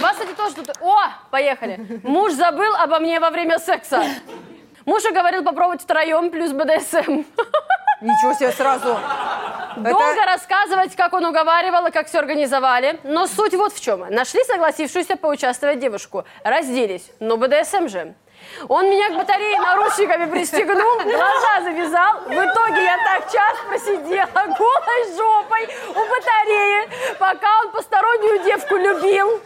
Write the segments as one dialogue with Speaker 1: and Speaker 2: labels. Speaker 1: нас, кстати, тоже тут... О, поехали. Муж забыл обо мне во время секса. Муж уговорил попробовать втроем плюс БДСМ.
Speaker 2: Ничего себе, сразу.
Speaker 1: Долго
Speaker 2: Это-
Speaker 1: рассказывать, как он уговаривал и как все организовали. Но суть вот в чем. Нашли согласившуюся поучаствовать девушку. Разделись. Но БДСМ же. Он меня к батарее наручниками пристегнул, глаза завязал. В итоге я так час просидела голой жопой у батареи, пока он постороннюю девку любил.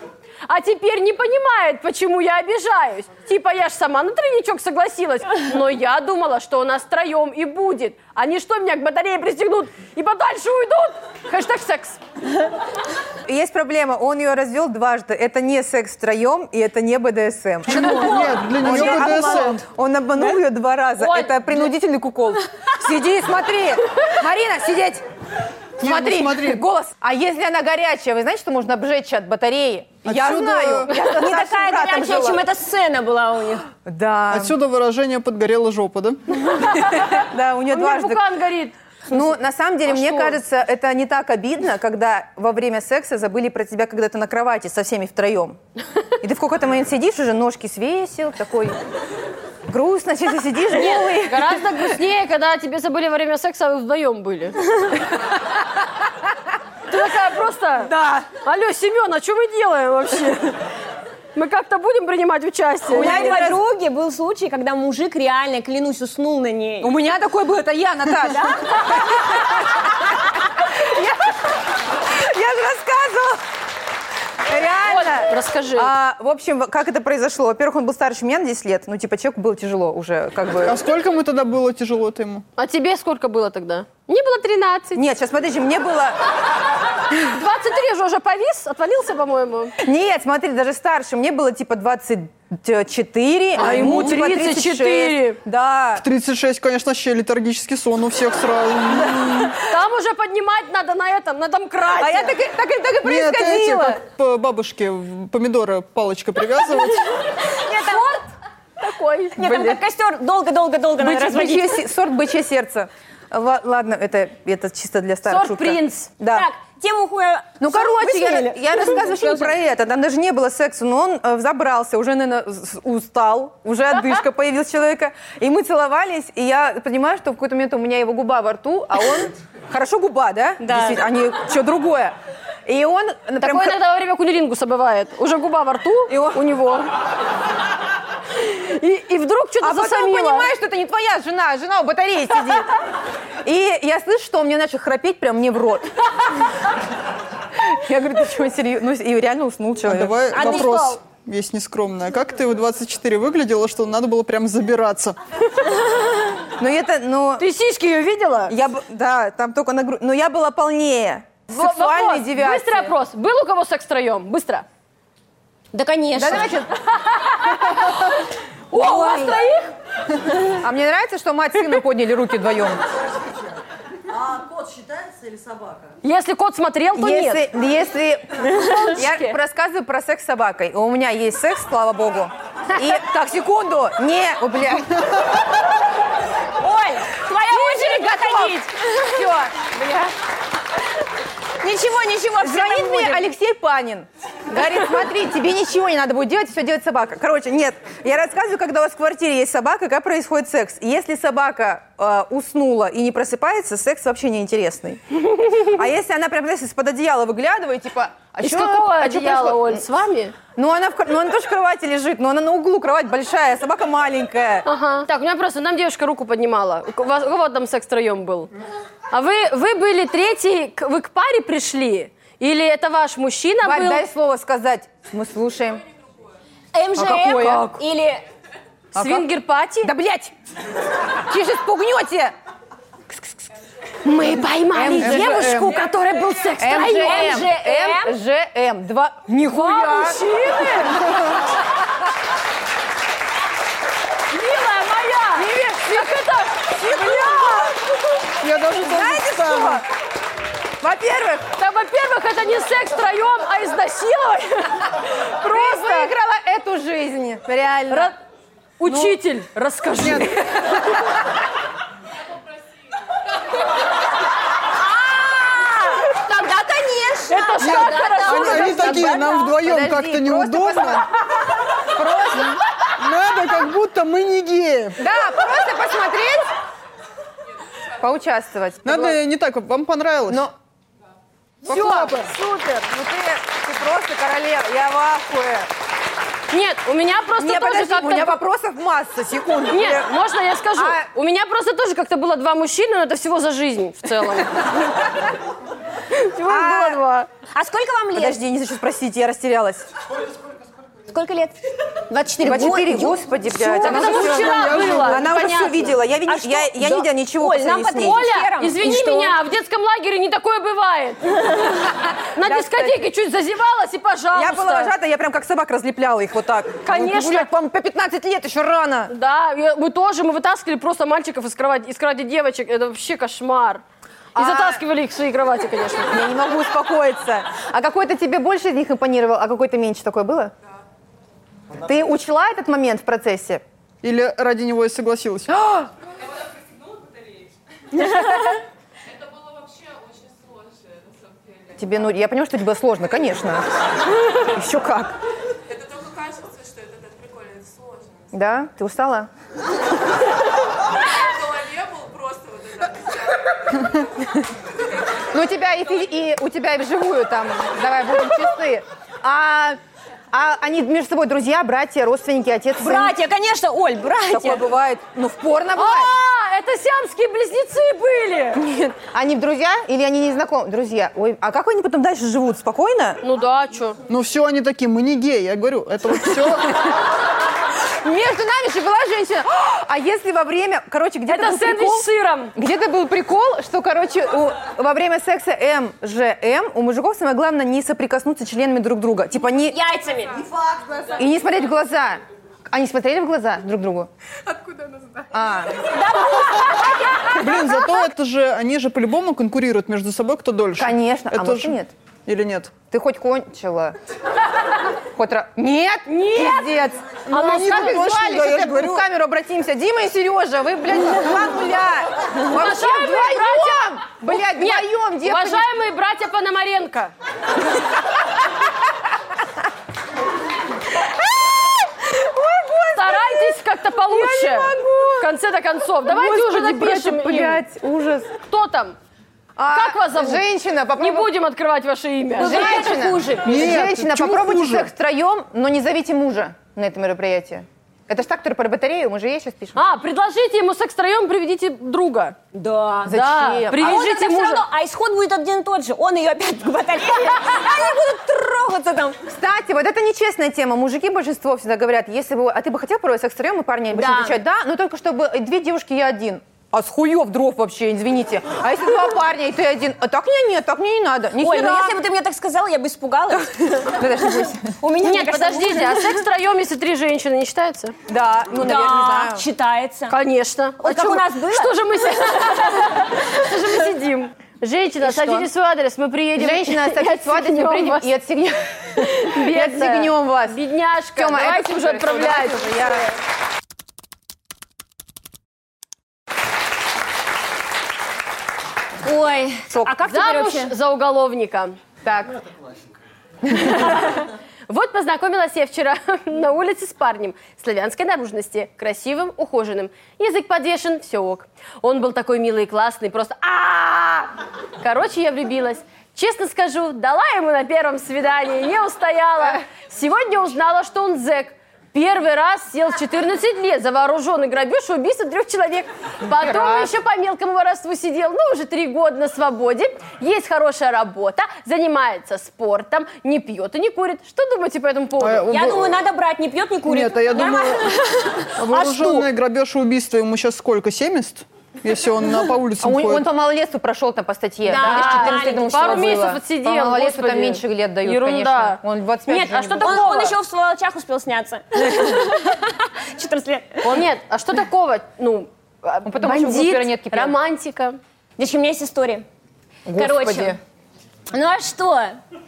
Speaker 1: А теперь не понимает, почему я обижаюсь. Типа, я ж сама на тройничок согласилась. Но я думала, что у нас троем и будет. Они что, меня к батарее пристегнут и подальше уйдут? Хэштег секс.
Speaker 2: Есть проблема, он ее развел дважды. Это не секс втроем, и это не БДСМ.
Speaker 3: Нет, для
Speaker 2: Он, её
Speaker 3: нее
Speaker 2: обманул.
Speaker 3: БДСМ.
Speaker 2: Он обманул ее два раза.
Speaker 1: Ой.
Speaker 2: Это принудительный кукол. Сиди и смотри. Марина, сидеть.
Speaker 3: Не, ну
Speaker 2: Смотри,
Speaker 3: смотри.
Speaker 2: голос. А если она горячая, вы знаете, что можно обжечься от батареи? Я
Speaker 3: Отсюда-
Speaker 2: знаю. Я
Speaker 4: Не
Speaker 2: с
Speaker 4: такая
Speaker 2: братом
Speaker 4: горячая,
Speaker 2: жила.
Speaker 4: чем эта сцена была у них.
Speaker 2: Да,
Speaker 3: Отсюда выражение «подгорела жопа», да?
Speaker 2: да, у нее
Speaker 1: У меня
Speaker 2: дважды.
Speaker 1: пукан горит.
Speaker 2: Ну, на самом деле,
Speaker 1: А
Speaker 2: мне
Speaker 1: что?
Speaker 2: кажется, это не так обидно, когда во время секса забыли про тебя, когда ты на кровати со всеми втроем. И ты в какой-то момент сидишь уже, ножки свесил, такой грустно, что ты сидишь голый.
Speaker 1: Гораздо грустнее, когда тебе забыли во время секса, а вы вдвоем были. Ты такая просто...
Speaker 2: Да.
Speaker 1: Алло, Семен, а что мы делаем вообще? Мы как-то будем принимать участие?
Speaker 4: У моей
Speaker 2: один раз-
Speaker 4: подруги был случай, когда мужик реально, клянусь, уснул на ней.
Speaker 2: У меня такой был, это я, Наташа. Я- Я же рассказывала. Реально.
Speaker 1: Оль, расскажи.
Speaker 2: А, в общем, как это произошло? Во-первых, он был старше меня на 10 лет. Ну, типа, человеку было тяжело уже, как бы.
Speaker 3: А сколько мы тогда было тяжело-то ему?
Speaker 1: А тебе сколько было тогда? Мне было 13.
Speaker 2: Нет, сейчас, подожди, мне было...
Speaker 1: 23 же уже повис, отвалился, по-моему.
Speaker 2: Нет, смотри, даже старше. Мне было, типа, 24, а,
Speaker 1: ему
Speaker 2: типа,
Speaker 1: 34.
Speaker 2: Да.
Speaker 3: 36, конечно, вообще летаргический сон у всех сразу.
Speaker 1: Там уже поднимать надо на этом, на домкрате.
Speaker 2: А я так, и- так, и- так и
Speaker 3: Нет, эти,
Speaker 2: происходило.
Speaker 3: как по бабушке в помидоры палочка привязывать.
Speaker 4: Нет, там,
Speaker 1: такой.
Speaker 4: нет, там как костер долго-долго-долго надо
Speaker 2: Бычье-
Speaker 4: разводить.
Speaker 2: бычье се- сорт бычье сердце. Ла- Ладно, это, это чисто для старых
Speaker 1: Сорт
Speaker 2: шутка.
Speaker 1: принц.
Speaker 2: Да.
Speaker 4: Так, тему хуя...
Speaker 2: Ну, короче, я,
Speaker 4: Высмеяли.
Speaker 2: я рассказываю вообще не
Speaker 4: Слушай.
Speaker 2: про это. Там даже не было секса, но он э, забрался, уже, наверное, с- устал, уже отдышка появилась у человека. И мы целовались, и я понимаю, что в какой-то момент у меня его губа во рту, а он... Хорошо губа, да?
Speaker 4: Да.
Speaker 2: Действительно, а не что другое. И он... э, прям
Speaker 1: Такое
Speaker 2: хо-
Speaker 1: иногда во время кунилингуса бывает. Уже губа во рту
Speaker 2: И он-
Speaker 1: у него. И, и вдруг что-то
Speaker 2: А потом
Speaker 1: засомнило.
Speaker 2: понимаешь, что это не твоя жена, а жена у батареи сидит. И я слышу, что он мне начал храпеть прям мне в рот. Я говорю, ты чего, серьезно? Ну, и реально уснул
Speaker 3: А
Speaker 2: человек.
Speaker 3: давай
Speaker 4: А ты
Speaker 3: вопрос
Speaker 4: что?
Speaker 3: есть нескромный. А Как ты в 24 выглядела, что надо было прям забираться?
Speaker 2: Но это, ну...
Speaker 1: Ты сиськи ее видела?
Speaker 2: Я, б- да, там только на грудь. Но я была полнее.
Speaker 1: Во-
Speaker 2: Сексуальной
Speaker 1: вопрос,
Speaker 2: девиации.
Speaker 1: Быстрый опрос. Был у кого секс втроем? Быстро.
Speaker 4: Да, конечно.
Speaker 2: Да, давай сейчас.
Speaker 1: О, у вас троих?
Speaker 2: А мне нравится, что мать с сыном подняли руки вдвоем.
Speaker 5: А кот считается или собака?
Speaker 1: Если кот смотрел, то нет.
Speaker 2: Если, если... Я рассказываю про секс с собакой. У меня есть секс, слава богу. И... Так, секунду. Не, о, бля.
Speaker 4: Оль, твоя очередь доходить.
Speaker 2: Все.
Speaker 4: Ничего, ничего, всё
Speaker 2: Звонит
Speaker 4: нам
Speaker 2: мне
Speaker 4: будет.
Speaker 2: Алексей Панин. Говорит, смотри, тебе ничего не надо будет делать, все делает собака. Короче, нет, я рассказываю, когда у вас в квартире есть собака, как происходит секс. Если собака э, уснула и не просыпается, секс вообще неинтересный. А если она прям, знаешь, из-под одеяла выглядывает, типа... А
Speaker 1: Из
Speaker 2: чё-
Speaker 1: какого
Speaker 2: а чё
Speaker 1: одеяла,
Speaker 2: происходит?
Speaker 1: Оль, с вами?
Speaker 2: Ну она, в кр- ну, она тоже в кровати лежит, но она на углу, кровать большая, собака маленькая.
Speaker 1: Ага. Так, у меня просто, нам девушка руку поднимала. У ко- у вас- у кого там секс втроем был? А вы, вы были третий, к- вы к паре пришли? Или это ваш мужчина
Speaker 2: Варь,
Speaker 1: был?
Speaker 2: дай слово сказать. Мы слушаем.
Speaker 4: МЖМ
Speaker 2: А какое?
Speaker 4: или...
Speaker 1: Свингер-пати?
Speaker 2: Да, блядь! Чего сейчас пугнете?
Speaker 1: Мы поймали
Speaker 2: МЖМ.
Speaker 1: девушку, у которой был секс втроем.
Speaker 2: МЖМ. МЖМ. Два... Нихуя!
Speaker 1: Милая моя! Как это?
Speaker 3: Я даже тоже
Speaker 2: Знаете
Speaker 3: встала.
Speaker 2: что? Во-первых,
Speaker 1: Да, во-первых, это не секс втроем, а изнасилование.
Speaker 2: ты выиграла эту жизнь. Реально.
Speaker 1: Ра- Учитель,
Speaker 2: Ну.
Speaker 1: расскажи.
Speaker 4: Ну, Тогда, конечно.
Speaker 1: Это Хорош, как хорошо.
Speaker 3: Они, они такие, нам вдвоем
Speaker 2: Подожди,
Speaker 3: как-то
Speaker 2: просто
Speaker 3: неудобно. Надо, как будто мы не геи.
Speaker 2: Да, просто посмотреть. Поучаствовать.
Speaker 3: Надо не так, вам понравилось.
Speaker 2: Но... Все, супер. Ну ты, ты просто королева. Я в ахуе.
Speaker 1: Нет, у меня просто
Speaker 2: Не,
Speaker 1: тоже
Speaker 2: подожди, у меня
Speaker 1: как-то...
Speaker 2: вопросов масса, секунду.
Speaker 1: Нет, можно я скажу?
Speaker 2: А-
Speaker 1: У меня просто тоже как-то было два мужчины, но это всего за жизнь в целом. Всего
Speaker 2: А-
Speaker 1: было два.
Speaker 4: А сколько вам лет?
Speaker 2: Подожди, я не хочу спросить, я растерялась.
Speaker 4: Сколько лет?
Speaker 2: 24,
Speaker 4: 24. Ой,
Speaker 2: Типа, господи, блядь.
Speaker 1: Так
Speaker 2: она
Speaker 1: это
Speaker 2: уже
Speaker 1: же
Speaker 2: всё-
Speaker 1: вчера было.
Speaker 2: Она уже все
Speaker 1: понятно.
Speaker 2: видела. Я, вини-
Speaker 4: А что?
Speaker 2: я, я не
Speaker 4: Да.
Speaker 2: видела ничего.
Speaker 4: Оль,
Speaker 2: по сравнению
Speaker 4: нам
Speaker 2: с ней.
Speaker 4: потребуется-
Speaker 1: Оля,
Speaker 4: вечером. И
Speaker 1: извини
Speaker 4: что?
Speaker 1: меня, а в детском лагере не такое бывает. На
Speaker 2: Да,
Speaker 1: дискотеке чуть зазевалась и пожалуйста.
Speaker 2: Я была вожата, я прям как собак разлепляла их вот так.
Speaker 1: Конечно.
Speaker 2: Блядь, по, по 15 лет еще рано.
Speaker 1: Да, я- мы тоже, мы вытаскивали просто мальчиков из кровати, из кровати девочек, это вообще кошмар. И
Speaker 2: А-
Speaker 1: затаскивали их в свои кровати, конечно.
Speaker 2: Я не могу успокоиться. А какой-то тебе больше из них импонировал, а какой-то меньше такое было? Ты учла этот момент в процессе?
Speaker 3: Или ради него я согласилась.
Speaker 6: Это было вообще очень сложно, на самом деле.
Speaker 2: Тебе, ну, я понимаю, что тебе было сложно, конечно. Еще как.
Speaker 6: Это только кажется, что это так прикольно, это сложно.
Speaker 2: Да? Ты устала?
Speaker 6: В голове был просто вот это.
Speaker 2: Ну, у тебя и, фи- и у тебя и вживую там, давай будем чисты. А, а они между собой друзья, братья, родственники, отец, сын?
Speaker 4: Братья, конечно, Оль,
Speaker 2: Такое
Speaker 4: братья.
Speaker 2: бывает, ну, в порно бывает.
Speaker 1: А, это сиамские близнецы были!
Speaker 2: Они в друзья или они не знакомы? Друзья. Ой, а как они потом дальше живут? Спокойно?
Speaker 1: Ну да, чё?
Speaker 3: Ну все, они такие, мы не геи. Я говорю, это вот все.
Speaker 2: Между нами же была женщина. А если во время, короче, где-то
Speaker 1: Это
Speaker 2: был
Speaker 1: сэндвич
Speaker 2: прикол,
Speaker 1: с сыром.
Speaker 2: где-то был прикол, что, короче, у- во время секса МЖМ у мужиков самое главное не соприкоснуться членами друг друга. Типа не...
Speaker 4: Яйцами.
Speaker 2: И не смотреть в глаза. Они смотрели в глаза друг другу?
Speaker 3: Блин, зато это же, они же по-любому конкурируют между собой, кто дольше.
Speaker 2: Конечно. А
Speaker 3: Это
Speaker 2: может,
Speaker 3: же-
Speaker 2: и нет?
Speaker 3: Или нет?
Speaker 2: Ты хоть кончила? Хоть раз. Нет! Нет! Пиздец! Ну,
Speaker 1: А нас
Speaker 3: они
Speaker 1: как
Speaker 3: тут
Speaker 1: звали?
Speaker 3: точно
Speaker 2: Звали,
Speaker 3: да, я
Speaker 2: сейчас
Speaker 3: же
Speaker 2: я
Speaker 3: говорю.
Speaker 2: в камеру обратимся. Дима и Сережа, вы, блядь, два нуля. Вообще
Speaker 1: Уважаемые
Speaker 2: вдвоем! Блядь,
Speaker 1: Нет,
Speaker 2: вдвоем, девка. не-
Speaker 1: уважаемые братья Пономаренко. Старайтесь как-то получше. В конце-то концов. Давайте уже
Speaker 2: Господи, братья,
Speaker 1: напишем им.
Speaker 2: Блядь, ужас.
Speaker 1: Кто там?
Speaker 2: А,
Speaker 1: Как вас зовут?
Speaker 2: Женщина,
Speaker 1: Не
Speaker 2: попробуй.
Speaker 1: будем открывать ваше
Speaker 4: Ну,
Speaker 1: имя.
Speaker 2: Женщина.
Speaker 3: Нет,
Speaker 2: Женщина,
Speaker 3: почему
Speaker 2: попробуйте
Speaker 3: хуже?
Speaker 2: всех втроем, но не зовите мужа на это мероприятие. Это ж та, которая про батарею, мы же ей сейчас пишем.
Speaker 1: А, предложите ему секс втроем, приведите друга. Да,
Speaker 4: Да.
Speaker 2: Зачем?
Speaker 4: А он
Speaker 1: привяжите
Speaker 4: тогда всё
Speaker 1: мужа.
Speaker 4: равно, а исход будет один и тот же. Он ее опять к батарее. Они будут трогаться там.
Speaker 2: Кстати, вот это нечестная тема. Мужики большинство всегда говорят, если бы... А ты бы хотел пробовать секс втроем, и парни обычно
Speaker 4: Да.
Speaker 2: отвечают, да, но только чтобы две девушки и я один. А с хуев дров вообще, извините. А если два парня, и ты один? А так мне нет, так мне не надо. Ни
Speaker 4: Оль, ну
Speaker 2: хера.
Speaker 4: если бы ты мне так сказала, я бы испугалась.
Speaker 2: Подожди, Бусь.
Speaker 4: У меня мне
Speaker 1: Нет,
Speaker 4: кажется,
Speaker 1: подождите, а секс втроем, если три женщины, не считается?
Speaker 2: Да, ну, наверное, не
Speaker 4: Да,
Speaker 2: знаю.
Speaker 4: считается.
Speaker 1: Конечно.
Speaker 4: Вот
Speaker 1: А
Speaker 4: как
Speaker 1: чё
Speaker 4: у
Speaker 1: мы-
Speaker 4: нас было?
Speaker 1: Что же мы си- что же мы сидим? Женщина,
Speaker 2: что?
Speaker 1: садите свой адрес, мы приедем.
Speaker 2: Женщина, оставьте свой адрес, мы
Speaker 1: отстегнем
Speaker 2: придем
Speaker 1: вас.
Speaker 2: и отсигнем. И отсигнем вас.
Speaker 1: Бедняжка,
Speaker 2: Тёма,
Speaker 1: давайте
Speaker 2: это супер,
Speaker 1: уже
Speaker 2: всё,
Speaker 1: отправлять.
Speaker 2: давайте уже, я-
Speaker 4: Ой,
Speaker 2: Сок.
Speaker 4: а как теперь
Speaker 1: Замуж
Speaker 4: вообще?
Speaker 1: за уголовника.
Speaker 2: Так,
Speaker 1: Вот познакомилась я вчера на улице с парнем славянской наружности, красивым, ухоженным. Язык подвешен, все ок. Он был такой милый и классный, просто а Короче, я влюбилась. Честно скажу, дала ему на первом свидании, не устояла. Сегодня узнала, что он зэк. Первый раз сел в 14 лет за вооруженный грабеж и убийство трех человек. Потом еще по мелкому воровству сидел, ну, уже три года на свободе. Есть хорошая работа, занимается спортом, не пьет и не курит. Что думаете по этому поводу?
Speaker 3: А, он
Speaker 4: Я
Speaker 3: был-
Speaker 4: думаю, надо брать, не пьет, не курит.
Speaker 3: Нет, а я думаю,
Speaker 4: Нормально.
Speaker 2: А
Speaker 3: вооруженное грабеж и убийство ему сейчас сколько, 70? Если он на, по
Speaker 2: а
Speaker 3: улицам
Speaker 2: он, он
Speaker 3: ходит.
Speaker 2: по малолетству прошел там по статье.
Speaker 4: Да,
Speaker 2: Видишь, 14 лет ему всего
Speaker 1: пару
Speaker 2: было.
Speaker 1: месяцев отсидел,
Speaker 2: По малолетству там
Speaker 1: господи.
Speaker 2: меньше лет дают,
Speaker 1: Ерунда.
Speaker 2: конечно. Он 25
Speaker 1: Нет,
Speaker 2: уже
Speaker 1: а
Speaker 2: не
Speaker 1: что
Speaker 2: будет.
Speaker 4: Он,
Speaker 1: такого?
Speaker 4: он еще в сволочах успел сняться. 14 лет.
Speaker 1: Он- Нет, а что такого? Ну, а,
Speaker 2: потом очень в
Speaker 1: бандит,
Speaker 2: группе ранетки пьет.
Speaker 1: романтика.
Speaker 4: Здесь у меня есть история. Короче,
Speaker 2: Господи.
Speaker 4: ну а что?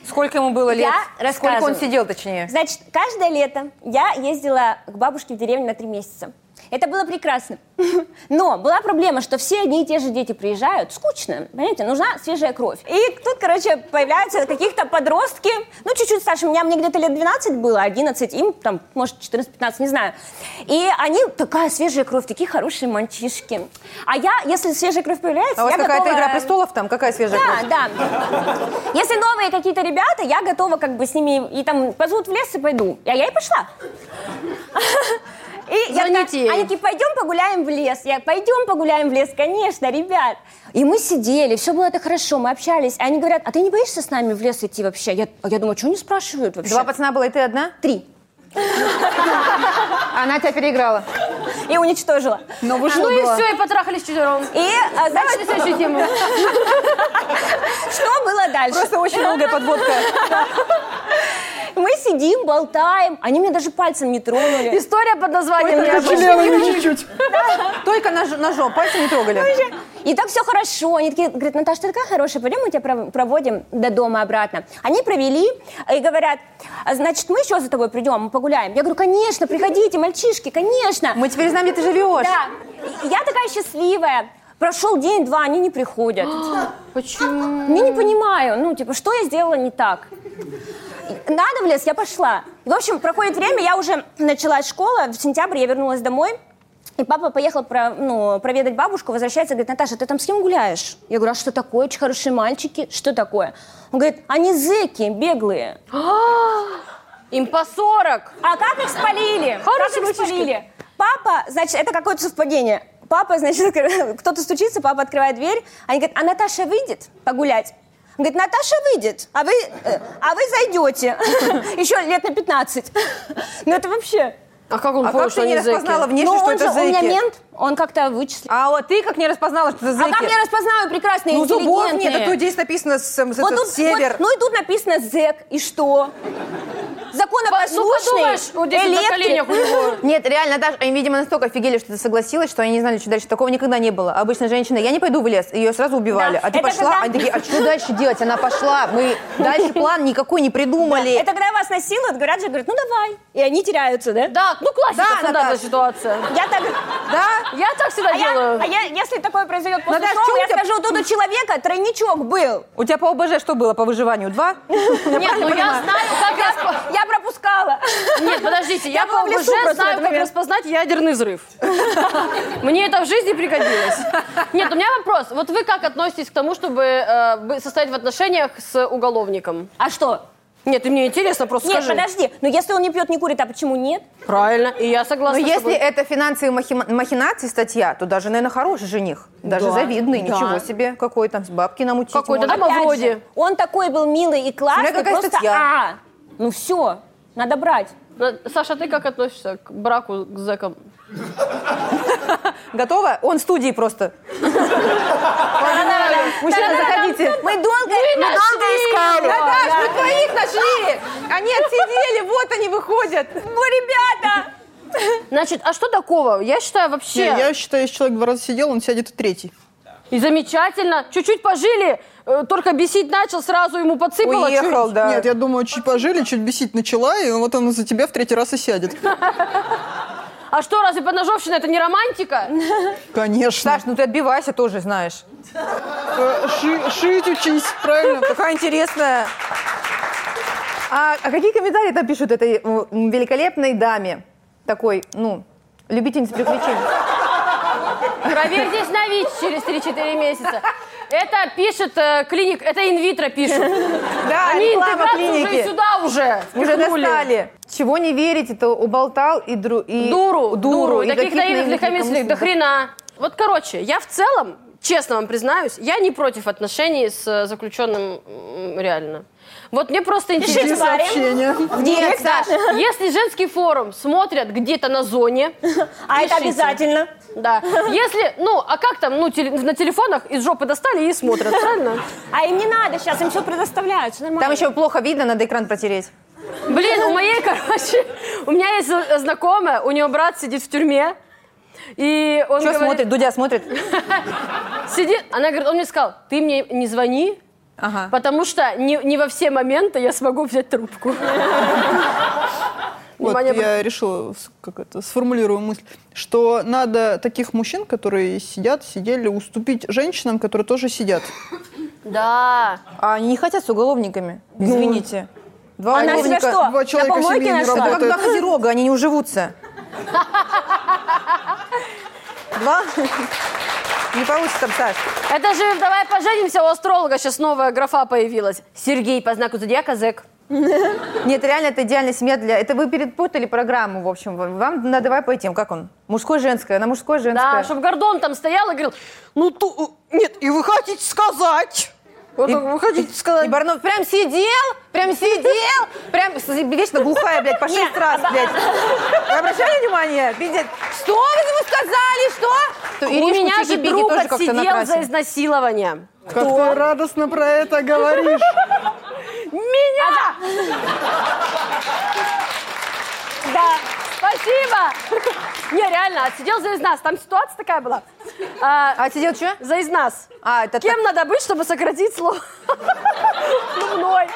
Speaker 2: Сколько ему было лет?
Speaker 4: Я
Speaker 2: Сколько
Speaker 4: рассказываю.
Speaker 2: он сидел, точнее?
Speaker 4: Значит, каждое лето я ездила к бабушке в деревню на три месяца. Это было прекрасно. Но была проблема, что все одни и те же дети приезжают. Скучно, понимаете, нужна свежая кровь. И тут, короче, появляются каких-то подростки, ну, чуть-чуть старше меня, мне где-то лет 12 было, 11, им там, может, 14-15, не знаю. И они, такая свежая кровь, такие хорошие мальчишки. А я, если свежая кровь появляется,
Speaker 2: А у вас
Speaker 4: я
Speaker 2: какая-то
Speaker 4: готова-
Speaker 2: «Игра престолов» там, какая свежая кровь?
Speaker 4: да, да. Если новые какие-то ребята, я готова как бы с ними и там позовут в лес и пойду. А я и пошла. И я
Speaker 1: Звоните
Speaker 4: такая,
Speaker 1: ей.
Speaker 4: они такие, пойдем погуляем в лес. Я, пойдем погуляем в лес, конечно, ребят. И мы сидели, все было так хорошо, мы общались. А они говорят, а ты не боишься с нами в лес идти вообще? Я, а я думаю, что они спрашивают вообще?
Speaker 2: Два пацана было, и ты одна?
Speaker 4: три.
Speaker 2: Она тебя переиграла.
Speaker 4: И уничтожила.
Speaker 2: Но вы
Speaker 1: Ну и все, и потрахались четвером.
Speaker 4: И, а,
Speaker 1: Давайте
Speaker 4: значит,
Speaker 1: следующую тему.
Speaker 4: что было дальше?
Speaker 2: Просто очень долгая подводка.
Speaker 4: Мы сидим, болтаем, они меня даже пальцем не тронули.
Speaker 1: История под названием
Speaker 2: Ой,
Speaker 1: «Я
Speaker 2: как
Speaker 1: был».
Speaker 3: Членами чуть-чуть.
Speaker 2: Только нож- ножом, пальцы не трогали.
Speaker 4: И так все хорошо. Они такие, говорят, Наташа, ты такая хорошая, пойдем мы тебя пров- проводим до дома обратно. Они провели и говорят, «А, значит, мы еще за тобой придем, мы погуляем. Я говорю, конечно, приходите, мальчишки, конечно.
Speaker 2: Мы теперь знаем, где ты живешь.
Speaker 4: Да. И Я такая счастливая. Прошел день-два, они не приходят.
Speaker 1: Почему?
Speaker 4: Я не понимаю, ну, типа, что я сделала не так? Надо в лес, я пошла. В общем, проходит время, я уже началась школа, в сентябре я вернулась домой, и папа поехал про- ну, проведать бабушку, возвращается, говорит, Наташа, ты там с кем гуляешь? Я говорю, а что такое, очень хорошие мальчики, что такое? Он говорит, они зэки, беглые.
Speaker 1: А! Им по 40.
Speaker 4: А как их спалили?
Speaker 1: Хорошие
Speaker 4: как их
Speaker 1: мальчишки.
Speaker 4: спалили? Папа, значит, это какое-то совпадение. Папа, значит, кто-то стучится, папа открывает дверь. Они говорят, а Наташа выйдет погулять? Он говорит, Наташа выйдет, а вы, э, а вы зайдете. Еще лет на 15. Ну это вообще...
Speaker 1: А как он
Speaker 2: А
Speaker 1: понял,
Speaker 2: как
Speaker 1: что
Speaker 2: ты
Speaker 1: они
Speaker 2: не
Speaker 1: зэки?
Speaker 2: распознала внешне,
Speaker 4: Ну
Speaker 2: что
Speaker 4: он же,
Speaker 2: это
Speaker 4: он у меня
Speaker 2: зэки?
Speaker 4: мент, он как-то вычислил.
Speaker 2: А вот ты как не распознала, что это
Speaker 4: А как я
Speaker 2: зэки?
Speaker 4: распознаю прекрасные,
Speaker 2: Ну зубов нет, а
Speaker 4: интеллигентные?
Speaker 2: тут здесь написано с- с-
Speaker 4: Вот
Speaker 2: этот
Speaker 4: тут-
Speaker 2: север.
Speaker 4: вот- ну и тут написано зэк, и что?
Speaker 1: Ну, подумаешь, вот
Speaker 4: Законопослушный,
Speaker 1: здесь на
Speaker 4: электрик.
Speaker 1: коленях у него.
Speaker 2: Нет, реально, Даша, им, видимо, настолько офигели, что ты согласилась, что они не знали, что дальше. Такого никогда не было. Обычно женщина, я не пойду в лес, ее сразу убивали.
Speaker 4: Да.
Speaker 2: А ты
Speaker 4: Это
Speaker 2: пошла,
Speaker 4: когда-
Speaker 2: они такие, а что дальше делать? Она пошла, мы дальше план никакой не придумали.
Speaker 4: Это когда вас насилуют, говорят же, говорят, ну давай. И они теряются, да?
Speaker 1: Да, ну классика
Speaker 2: Да,
Speaker 1: стандартная
Speaker 2: Наташ.
Speaker 1: ситуация.
Speaker 4: Я так...
Speaker 2: Да?
Speaker 1: Я так всегда
Speaker 4: А я,
Speaker 1: делаю.
Speaker 4: а я, если такое произойдет после
Speaker 2: Наташ,
Speaker 4: шоу,
Speaker 2: чё у
Speaker 4: я
Speaker 2: тебя-
Speaker 4: скажу, тут у человека тройничок был.
Speaker 2: У тебя по ОБЖ что было по выживанию? Два?
Speaker 1: Нет, ну я знаю, как расп-
Speaker 4: Я пропускала.
Speaker 1: Нет, подождите, я,
Speaker 4: Я была
Speaker 1: по
Speaker 4: в лесу
Speaker 1: ОБЖ
Speaker 4: просто в
Speaker 1: знаю,
Speaker 4: этот
Speaker 1: как
Speaker 4: момент.
Speaker 1: распознать ядерный взрыв. Мне это в жизни пригодилось. Нет, у меня вопрос. Вот вы как относитесь к тому, чтобы э, бы- состоять в отношениях с уголовником?
Speaker 4: А что?
Speaker 1: Нет, и мне интересно, просто
Speaker 4: Нет,
Speaker 1: скажи.
Speaker 4: подожди. Но если он не пьет, не курит, а почему нет?
Speaker 1: Правильно, и я согласна
Speaker 2: Но
Speaker 1: с
Speaker 2: если
Speaker 1: тобой.
Speaker 2: это финансовые махи- махинации статья, то даже, наверное, хороший жених. Даже
Speaker 1: Да.
Speaker 2: завидный,
Speaker 1: Да.
Speaker 2: ничего себе. Какой там с бабки намутить.
Speaker 1: Какой-то,
Speaker 2: можно.
Speaker 1: да,
Speaker 4: Опять
Speaker 1: вроде.
Speaker 4: же, он такой был милый и классный,
Speaker 2: Смотря какая
Speaker 4: просто
Speaker 2: статья.
Speaker 4: а. Ну все, надо брать.
Speaker 1: Но, Саша, ты как относишься к браку к зэкам?
Speaker 2: Готова? Он в студии просто. Погнали. Мужчина, заходите.
Speaker 4: Мы долго, мы долго искали.
Speaker 2: Наташ, мы твоих нашли! Они отсидели, вот они выходят.
Speaker 4: Ну, ребята!
Speaker 1: Значит, а что такого? Я считаю вообще...
Speaker 3: Не, я считаю, если человек два раза сидел, он сядет и третий.
Speaker 1: И замечательно. Чуть-чуть пожили, э, только бесить начал, сразу ему подсыпало.
Speaker 2: Уехал, да.
Speaker 3: Нет, я думаю, чуть пожили, чуть бесить начала, и вот он за тебя в третий раз и сядет.
Speaker 1: А что, разве подножовщина это не романтика?
Speaker 3: Конечно.
Speaker 2: Саш, ну ты отбивайся тоже, знаешь.
Speaker 3: Э, ши- Шить учись, правильно?
Speaker 2: Такая интересная. А, а какие комментарии там пишут этой м, великолепной даме? Такой, ну, любительница приключений.
Speaker 1: Проверьтесь на ВИЧ через 3-4 месяца. Это пишет э, клиник, это инвитро пишет.
Speaker 2: Да,
Speaker 1: Они
Speaker 2: реклама
Speaker 1: интеграцию уже и
Speaker 2: клиники.
Speaker 1: сюда уже.
Speaker 2: Уже
Speaker 1: впихнули.
Speaker 2: достали. Чего не верите, то уболтал и дру... И...
Speaker 1: Дуру, дуру. И таких
Speaker 2: каких
Speaker 1: наивных легкомысленных до
Speaker 2: легкомысленных.
Speaker 1: хрена. Вот, короче, я в целом, честно вам признаюсь, я не против отношений с э, заключенным м, реально. Вот мне просто
Speaker 3: Пиши
Speaker 1: интересно.
Speaker 3: сообщение.
Speaker 1: Нет, Саш, если женский форум смотрят где-то на зоне,
Speaker 4: А это
Speaker 1: Пишите.
Speaker 4: обязательно.
Speaker 1: да, если, ну, а как там, ну, теле- на телефонах из жопы достали и смотрят, правильно?
Speaker 4: А им не надо сейчас, им все предоставляют, все нормально.
Speaker 2: Там еще плохо видно, надо экран протереть.
Speaker 1: Блин, у моей, короче, у меня есть э, знакомая, у нее брат сидит в тюрьме, и он
Speaker 2: Что
Speaker 1: говорит-
Speaker 2: смотрит? Дудя смотрит?
Speaker 1: сидит, она говорит, он мне сказал, ты мне не звони,
Speaker 2: Ага.
Speaker 1: потому что не, не во все моменты я смогу взять трубку.
Speaker 3: Вот
Speaker 1: Внимание,
Speaker 3: я решила, с- как это, сформулирую мысль, что надо таких мужчин, которые сидят, сидели, уступить женщинам, которые тоже сидят.
Speaker 1: Да.
Speaker 2: А они не хотят с уголовниками.
Speaker 1: Ну.
Speaker 2: Извините. Два
Speaker 4: Она себя
Speaker 2: уголовника-
Speaker 4: что,
Speaker 3: два
Speaker 4: А на
Speaker 3: человека
Speaker 4: помойке
Speaker 3: семьи не
Speaker 4: нашла?
Speaker 2: Это
Speaker 3: работает.
Speaker 2: как два козерога, они не уживутся. Два? Не получится там, Саш.
Speaker 1: Это же давай поженимся, у астролога сейчас новая графа появилась. Сергей по знаку зодиака зэк.
Speaker 2: Нет, реально, это идеальная семья для... Это вы перепутали программу, в общем. Вам надо, давай по этим, как он? Мужское, женское, она мужское, женское.
Speaker 1: Да, чтобы Гордон там стоял и говорил, ну ту... Нет, и вы хотите сказать... Вот он, вы хотите
Speaker 2: И
Speaker 1: сказать...
Speaker 2: Барнов прям сидел, прям сидел, прям с- вечно глухая, блядь, по шесть раз, блядь. Вы обращали внимание? Пиздец. Что вы ему сказали, что? То
Speaker 1: У
Speaker 2: Иришку
Speaker 1: меня же
Speaker 2: Чики-Пики
Speaker 1: друг
Speaker 2: тоже как-то
Speaker 1: отсидел
Speaker 2: накрасили.
Speaker 1: за изнасилование.
Speaker 3: Как ты радостно про это говоришь.
Speaker 1: Меня! Да, спасибо! Не, реально, отсидел за из нас. Там ситуация такая была. А,
Speaker 2: А сидел что?
Speaker 1: за из нас.
Speaker 2: А, это
Speaker 1: Кем надо быть, чтобы сократить слово? Ну, мной.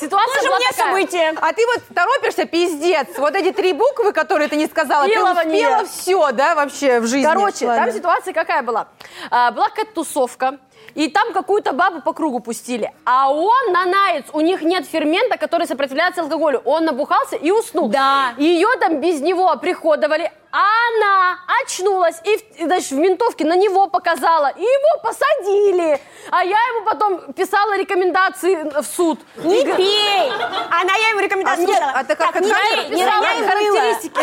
Speaker 1: Ситуация
Speaker 4: Тоже
Speaker 1: была
Speaker 4: мне
Speaker 1: такая.
Speaker 4: событие.
Speaker 2: так- А ты вот торопишься, пиздец. Вот эти три буквы, которые ты не сказала,
Speaker 1: Спилова
Speaker 2: ты успела
Speaker 1: нет.
Speaker 2: все, да, вообще в жизни.
Speaker 1: Короче, там
Speaker 2: Ладно.
Speaker 1: ситуация какая была? А, была какая-то тусовка, и там какую-то бабу по кругу пустили. А он нанаец, у них нет фермента, который сопротивляется алкоголю. Он набухался и уснул.
Speaker 4: Да.
Speaker 1: Ее там без него оприходовали, а она очнулась и, в- и, значит, в ментовке на него показала. И его посадили. А я ему потом писала рекомендации в суд.
Speaker 4: Не пей! Она, я ему рекомендацию
Speaker 2: А нет,
Speaker 4: дала.
Speaker 2: а так как
Speaker 4: не
Speaker 2: Катя
Speaker 4: пей, не
Speaker 1: Писала
Speaker 4: роняй мыло.
Speaker 1: характеристики,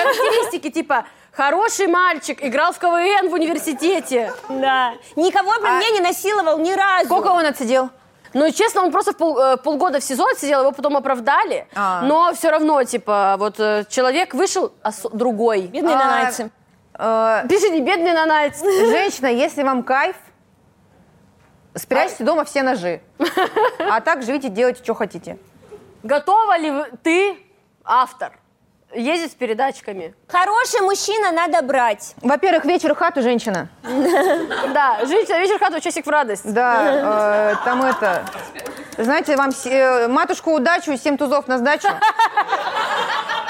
Speaker 1: характеристики типа «хороший мальчик, играл в КВН в университете».
Speaker 4: Да. Никого при мне не насиловал ни разу.
Speaker 2: Сколько он отсидел?
Speaker 1: Ну, честно, он просто в пол- э, полгода в СИЗО отсидел, его потом оправдали.
Speaker 2: А.
Speaker 1: Но все равно, типа, вот э, человек вышел ос- другой. А,
Speaker 4: Бедные
Speaker 2: А,
Speaker 4: нанайцы.
Speaker 2: Э,
Speaker 1: Пишите, бедный нанайц.
Speaker 2: Женщина, если вам кайф, спрячьте дома все ножи. А так живите, делайте, что хотите.
Speaker 1: Готова ли вы- ты, автор, ездить с передачками?
Speaker 4: Хороший мужчина надо брать.
Speaker 2: Во-первых, вечер в хату, женщина.
Speaker 1: Да, женщина, вечер хату, часик в радость.
Speaker 2: Да, э, там это... Знаете, вам с- э, матушку удачу и семь тузов на сдачу.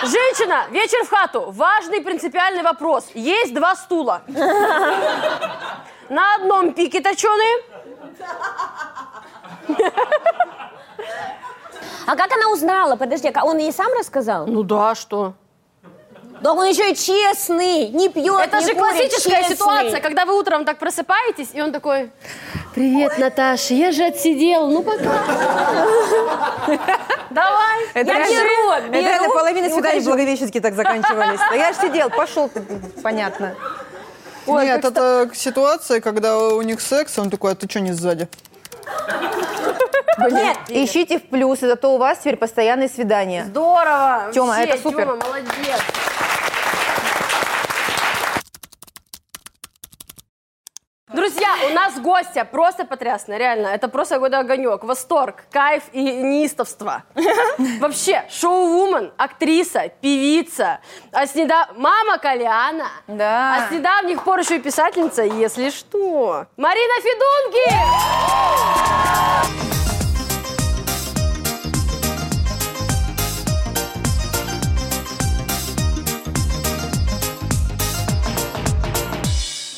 Speaker 1: Женщина, вечер в хату. Важный принципиальный вопрос. Есть два стула. На одном пике точеные,
Speaker 4: А как она узнала? Подожди, а он ей сам рассказал?
Speaker 1: Ну да, что?
Speaker 4: Да он еще и честный, не пьет,
Speaker 1: Это
Speaker 4: не
Speaker 1: же
Speaker 4: курит,
Speaker 1: классическая
Speaker 4: честный.
Speaker 1: ситуация, когда вы утром так просыпаетесь, и он такой... Привет, Наташа, я же отсидел, ну пока. Давай.
Speaker 4: Я
Speaker 2: реально-
Speaker 4: беру,
Speaker 2: это реально
Speaker 4: беру
Speaker 2: половина
Speaker 4: и
Speaker 2: свиданий в
Speaker 4: ухожу.
Speaker 2: Благовещенске так заканчивались. Да Я ж сидел, пошел ты, понятно.
Speaker 3: Нет, это ситуация, когда у них секс, он такой, а ты что не сзади?
Speaker 4: Нет,
Speaker 2: Ищите в плюсы, зато у вас теперь постоянные свидания.
Speaker 1: Здорово.
Speaker 2: Тёма,
Speaker 1: вообще,
Speaker 2: это супер.
Speaker 1: Тёма, молодец. Друзья, у нас гостя просто потрясно, реально. Это просто какой-то огонек, восторг, кайф и неистовство. Вообще, шоу-вумен, актриса, певица, а с недав- мама Коляна.
Speaker 2: Да.
Speaker 1: А с недавних пор еще и писательница, если что. Марина Федунки!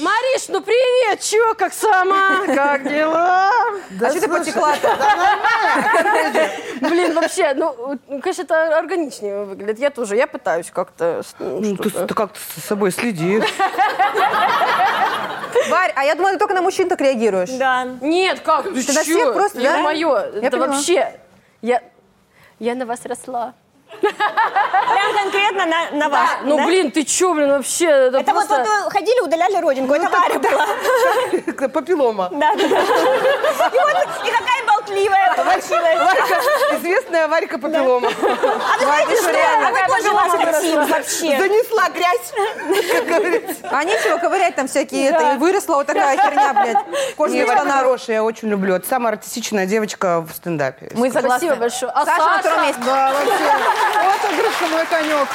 Speaker 1: Мариш, ну привет, чё, как сама? Как дела?
Speaker 2: А что ты потекла-то?
Speaker 1: Блин, вообще, ну, ну, конечно, это органичнее выглядит. Я тоже, я пытаюсь как-то... с- ну,
Speaker 7: Ты,
Speaker 1: что-то.
Speaker 7: ты как-то с собой следишь.
Speaker 2: Варь, а я думала, ты только на мужчин так реагируешь.
Speaker 4: да.
Speaker 1: Нет, как? Ты
Speaker 2: на всех просто, да?
Speaker 1: мое,
Speaker 2: Я
Speaker 1: это
Speaker 2: поняла.
Speaker 1: вообще... Я, я на вас росла.
Speaker 4: Прям конкретно на, на вас.
Speaker 1: Ну,
Speaker 4: да?
Speaker 1: блин, ты чё, блин, вообще... Это,
Speaker 4: Это Ну,
Speaker 1: просто...
Speaker 4: вот вы ходили, удаляли родинку, это Варя была.
Speaker 7: Папиллома.
Speaker 4: Да, да, да. И вот, и какая болтливая получилась.
Speaker 7: Варька, известная Варька Папиллома.
Speaker 4: А вы знаете, что? А вы тоже вас хотим вообще.
Speaker 7: Занесла грязь, как говорится.
Speaker 2: А нечего ковырять там всякие это, и выросла вот такая херня, блядь.
Speaker 7: Не,
Speaker 2: Кожа
Speaker 7: Варька
Speaker 2: штанах.
Speaker 7: хорошая, я очень люблю. Это самая артистичная девочка в стендапе.
Speaker 2: Мы согласны.
Speaker 1: Спасибо большое. А
Speaker 2: Саша, на
Speaker 1: Саша?
Speaker 2: втором месте.
Speaker 3: Да, вообще. Вот игрушка мой конек.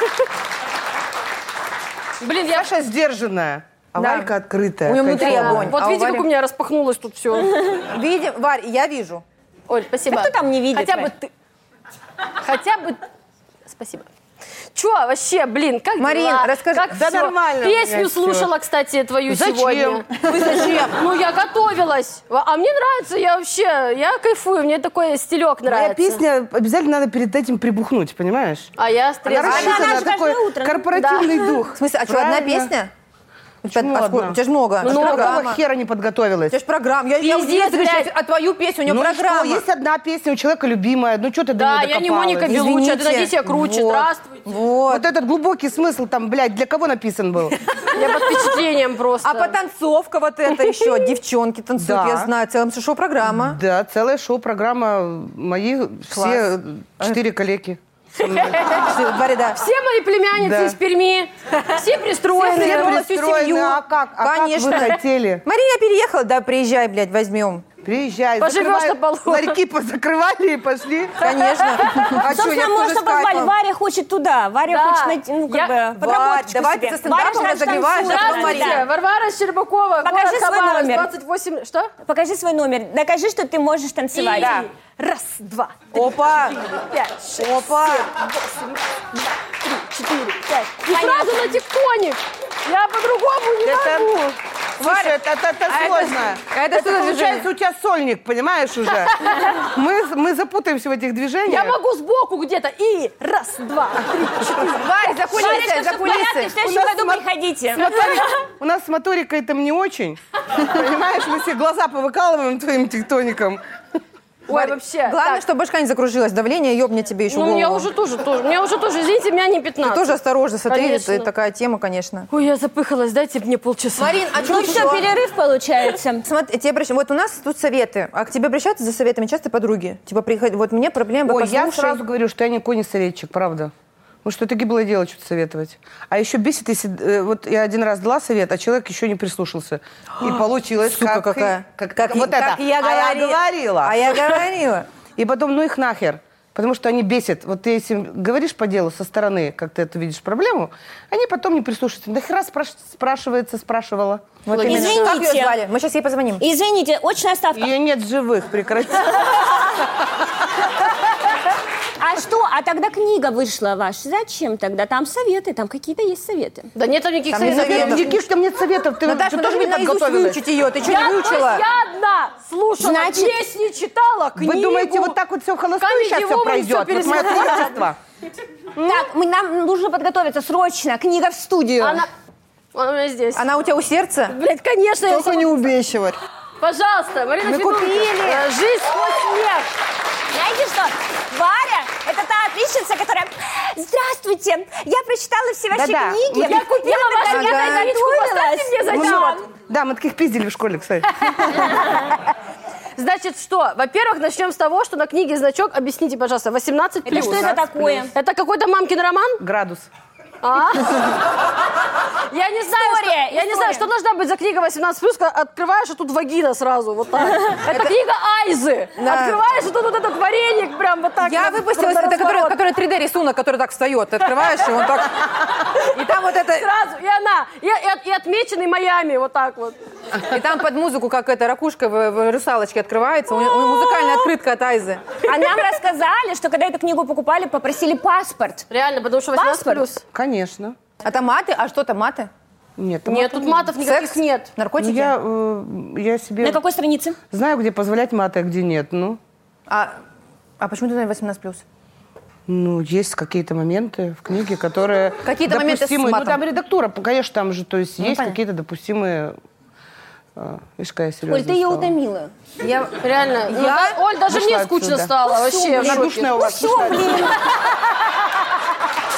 Speaker 1: Блин, я...
Speaker 7: Саша сдержанная, а
Speaker 2: Да.
Speaker 7: Варька открытая.
Speaker 2: У неё внутри
Speaker 7: кайфовая.
Speaker 2: огонь.
Speaker 1: Вот
Speaker 2: А у
Speaker 1: видите,
Speaker 2: Вари-
Speaker 1: как у меня распахнулось тут все.
Speaker 2: Видим, Варь, я вижу.
Speaker 1: Оль, спасибо.
Speaker 4: Да кто там не видит,
Speaker 1: Хотя бы
Speaker 4: Варь?
Speaker 1: ты... Хотя бы... Спасибо. Чё вообще, блин, как
Speaker 2: Марин,
Speaker 1: дела?
Speaker 2: расскажи.
Speaker 1: Как
Speaker 2: Да
Speaker 1: всё?
Speaker 2: нормально у меня
Speaker 1: Песню
Speaker 2: всё.
Speaker 1: слушала, кстати, твою
Speaker 7: Зачем?
Speaker 1: сегодня.
Speaker 2: Вы зачем?
Speaker 1: Ну, я готовилась. А мне нравится, я вообще, я кайфую, мне такой стилек
Speaker 7: Моя
Speaker 1: нравится.
Speaker 7: песня обязательно надо перед этим прибухнуть, понимаешь?
Speaker 1: А я
Speaker 7: Она
Speaker 1: стрелка.
Speaker 7: рассчитана
Speaker 4: она же
Speaker 7: на
Speaker 4: каждое
Speaker 7: такой
Speaker 4: утро.
Speaker 7: корпоративный дух.
Speaker 2: В смысле, а что, одна
Speaker 7: Правильно.
Speaker 2: песня? У тебя,
Speaker 7: Почему
Speaker 2: а сколько?
Speaker 7: одна?
Speaker 2: У тебя же много.
Speaker 7: Ты
Speaker 2: Программа.
Speaker 7: какого хера не подготовилась?
Speaker 2: У тебя же программа. Я, я
Speaker 1: Пиздец,
Speaker 2: удивилась, ты говоришь,
Speaker 1: блядь.
Speaker 2: а твою песню, у нее
Speaker 7: Ну и что,
Speaker 2: программа.
Speaker 7: есть одна песня у человека любимая, ну что ты до
Speaker 1: Да,
Speaker 7: неё
Speaker 1: я не
Speaker 7: докопалась?
Speaker 1: Моника Белучи, а ты найди себе круче.
Speaker 2: Вот.
Speaker 1: Здравствуйте.
Speaker 2: Вот.
Speaker 7: Вот этот глубокий смысл там, блядь, для кого написан был?
Speaker 1: Я под впечатлением просто.
Speaker 2: А потанцовка вот это еще. Девчонки танцуют,
Speaker 7: Да.
Speaker 2: я знаю. Целом шоу-программа.
Speaker 7: Да, целая шоу-программа э, мои все четыре коллеги.
Speaker 2: Все, Два ряда.
Speaker 1: Все мои племянницы
Speaker 7: Да.
Speaker 1: из Перми, все пристроены.
Speaker 7: Все
Speaker 2: Полностью
Speaker 7: пристроены,
Speaker 2: семью.
Speaker 7: а как- а как вы
Speaker 2: Конечно.
Speaker 7: хотели?
Speaker 2: Мария переехала, да, приезжай, блядь, возьмем.
Speaker 7: Приезжай,
Speaker 1: Поживешь
Speaker 7: закрывай-
Speaker 1: на полу.
Speaker 7: ларьки позакрывали и пошли.
Speaker 2: Конечно. А чё, я
Speaker 4: Собственно,
Speaker 2: тоже
Speaker 4: можно позвать.
Speaker 2: скайпом.
Speaker 4: Варя хочет туда. Варя
Speaker 1: Да.
Speaker 4: хочет найти, ну, как
Speaker 1: Я-
Speaker 4: бы,
Speaker 2: Варь,
Speaker 4: подработочку
Speaker 2: давайте
Speaker 4: себе.
Speaker 2: со стендапом
Speaker 4: Варя же
Speaker 2: разогреваешь, а потом
Speaker 4: танцует,
Speaker 2: Мария.
Speaker 1: Здравствуйте,
Speaker 4: да.
Speaker 1: Варвара Щербакова,
Speaker 4: Покажи
Speaker 1: город
Speaker 4: свой
Speaker 1: Хабаровск,
Speaker 4: номер.
Speaker 1: 28, что?
Speaker 4: Покажи свой номер. Докажи, что ты можешь танцевать.
Speaker 1: И раз, два,
Speaker 2: Опа,
Speaker 1: пять, шесть,
Speaker 2: опа.
Speaker 1: четыре, пять. И сразу на тектоник. Я по-другому не
Speaker 7: Это,
Speaker 1: могу.
Speaker 7: слушай, это, это, это
Speaker 2: а это-
Speaker 7: сложно.
Speaker 2: а это что за
Speaker 7: получается
Speaker 2: движение?
Speaker 7: у тебя сольник, понимаешь уже? Мы, мы запутаемся в этих
Speaker 1: Я
Speaker 7: движениях.
Speaker 1: могу сбоку где-то. И раз, два, три, четыре.
Speaker 2: Варь, за
Speaker 4: Варечка,
Speaker 2: кулисы, за
Speaker 4: всё в порядке, в
Speaker 2: кулисы.
Speaker 4: следующем
Speaker 7: У нас
Speaker 4: году
Speaker 7: смо-
Speaker 4: приходите.
Speaker 7: У нас с моторикой там не очень. Понимаешь, мы все глаза повыкалываем твоим тектоником.
Speaker 1: Ой, вообще.
Speaker 2: Главное,
Speaker 1: так.
Speaker 2: чтобы башка не закружилась, давление ёбни тебе еще
Speaker 1: Ну,
Speaker 2: голову.
Speaker 1: мне уже тоже, тоже. Мне уже тоже, извините, меня не 15.
Speaker 2: Тоже осторожно, смотри,
Speaker 1: Конечно.
Speaker 2: это такая тема, конечно.
Speaker 1: Ой, я запыхалась, дайте мне полчаса.
Speaker 2: Марин, а
Speaker 4: Ну все, перерыв получается.
Speaker 2: Смотри, тебе обращ- Вот у нас тут советы. А к тебе обращаются за советами часто подруги? Типа, приходи, вот мне проблемы,
Speaker 7: Ой, я
Speaker 2: послушай.
Speaker 7: сразу говорю, что я никакой не советчик, правда. Потому что таки было дело что-то советовать. А еще бесит, если... э, вот я один раз дала совет, а человек еще не прислушался. И получилось,
Speaker 2: Сука
Speaker 7: как... ты-
Speaker 2: какая.
Speaker 7: Как,
Speaker 2: Как
Speaker 7: вот
Speaker 2: как
Speaker 7: это.
Speaker 2: я
Speaker 7: а я
Speaker 2: говори-
Speaker 7: говорила.
Speaker 2: А я говорила.
Speaker 7: И потом, ну их нахер. Потому что они бесят. Вот ты если говоришь по делу со стороны, как ты это видишь проблему, они потом не прислушаются. Нахера спраш- спрашивается, спрашивала.
Speaker 2: Вот именно.
Speaker 4: Извините.
Speaker 2: Как ее звали? Мы сейчас ей позвоним.
Speaker 4: Извините, очная
Speaker 2: А
Speaker 4: ставка.
Speaker 7: Ее нет в живых, прекрати.
Speaker 4: А что? А тогда книга вышла ваша. Зачем тогда? Там советы, там какие-то есть советы.
Speaker 1: Да нет там никаких
Speaker 2: Там не
Speaker 1: советов.
Speaker 2: советов.
Speaker 7: Никаких там нет советов. Ты,
Speaker 2: Наташа, ну,
Speaker 7: ты
Speaker 2: мы
Speaker 7: тоже
Speaker 2: должны
Speaker 7: не
Speaker 2: наизусть
Speaker 7: подготовилась.
Speaker 2: выучить ее. Ты что,
Speaker 1: Я,
Speaker 2: не
Speaker 1: то есть,
Speaker 2: выучила?
Speaker 1: я одна слушала
Speaker 4: Значит,
Speaker 1: песни, читала книгу.
Speaker 7: Вы думаете, вот так вот все в холостую
Speaker 1: Камеди
Speaker 7: сейчас все
Speaker 1: Вумен
Speaker 7: пройдет?
Speaker 1: всё
Speaker 7: Вот мое
Speaker 1: пересмотрела.
Speaker 7: творчество.
Speaker 1: Ну?
Speaker 4: Так, мы, нам нужно подготовиться срочно. Книга в студию.
Speaker 1: Она... Она у меня здесь.
Speaker 7: А
Speaker 2: Она у тебя у сердца?
Speaker 1: Блядь, конечно, я
Speaker 3: Только не убей, Севарь.
Speaker 1: Пожалуйста, Марина
Speaker 7: Мы
Speaker 1: Федункина.
Speaker 7: купили.
Speaker 1: Э, Жизнь сквозь смех.
Speaker 4: Знаете что? Варя, это та отличница, которая... Здравствуйте, я прочитала все ваши
Speaker 7: Да-да.
Speaker 4: книги.
Speaker 1: Я купила вашу
Speaker 4: Я
Speaker 1: книгу, поставьте мне за
Speaker 4: подготовилась.
Speaker 1: счет.
Speaker 7: Да, мы таких пиздили в школе, кстати.
Speaker 1: Значит, что? Во-первых, начнем с того, что на книге значок, объясните, пожалуйста, 18
Speaker 4: Это
Speaker 1: плюс.
Speaker 4: что это такое?
Speaker 1: Это какой-то мамкин роман?
Speaker 7: Градус.
Speaker 1: А? Я не знаю, что,
Speaker 4: История,
Speaker 1: я не знаю,
Speaker 4: история.
Speaker 1: что должна быть за книга 18 плюс, открываешь, а тут вагина сразу, вот так. Это книга Айзы.
Speaker 2: Да.
Speaker 1: Открываешь, и тут вот этот вареник прям вот так.
Speaker 2: Я
Speaker 1: на-
Speaker 2: выпустила,
Speaker 1: на
Speaker 2: это который,
Speaker 1: разворот.
Speaker 2: который 3D-рисунок, который так встает. Ты открываешь, и он так... И там вот это...
Speaker 1: Сразу, и она, и, и от- и отмеченный Майами, вот так вот.
Speaker 2: И там под музыку, как эта ракушка в, в русалочке открывается. У него- у него музыкальная открытка от Айзы.
Speaker 4: А нам рассказали, что когда эту книгу покупали, попросили паспорт.
Speaker 1: Реально, потому что 18
Speaker 4: Паспорт?
Speaker 1: плюс.
Speaker 7: Конечно.
Speaker 2: А там маты? А что там маты?
Speaker 7: Нет, там
Speaker 1: Нет, тут матов никаких
Speaker 2: Секс?
Speaker 1: нет.
Speaker 7: Ну,
Speaker 2: Наркотики?
Speaker 7: я, э, я себе
Speaker 4: На какой странице?
Speaker 7: знаю, где позволять маты, а где нет. Ну,
Speaker 2: А, а почему ты знаешь 18+.
Speaker 7: ну, есть какие-то моменты в книге, которые
Speaker 2: Какие-то моменты с
Speaker 7: допустимы. Ну,
Speaker 2: матом.
Speaker 7: там редактура, конечно, там же, то есть есть
Speaker 2: понятно.
Speaker 7: какие-то допустимые... э, Видишь, какая я
Speaker 4: Оль,
Speaker 7: серьезная
Speaker 4: ты ее
Speaker 7: стала.
Speaker 4: утомила.
Speaker 2: Я...
Speaker 1: Реально. ну,
Speaker 2: Я
Speaker 1: да, Оль, даже
Speaker 7: вышла
Speaker 1: мне скучно
Speaker 7: отсюда.
Speaker 1: стало. вообще. в
Speaker 7: Она
Speaker 1: шоке.
Speaker 7: душная у вас.
Speaker 4: Все, блин.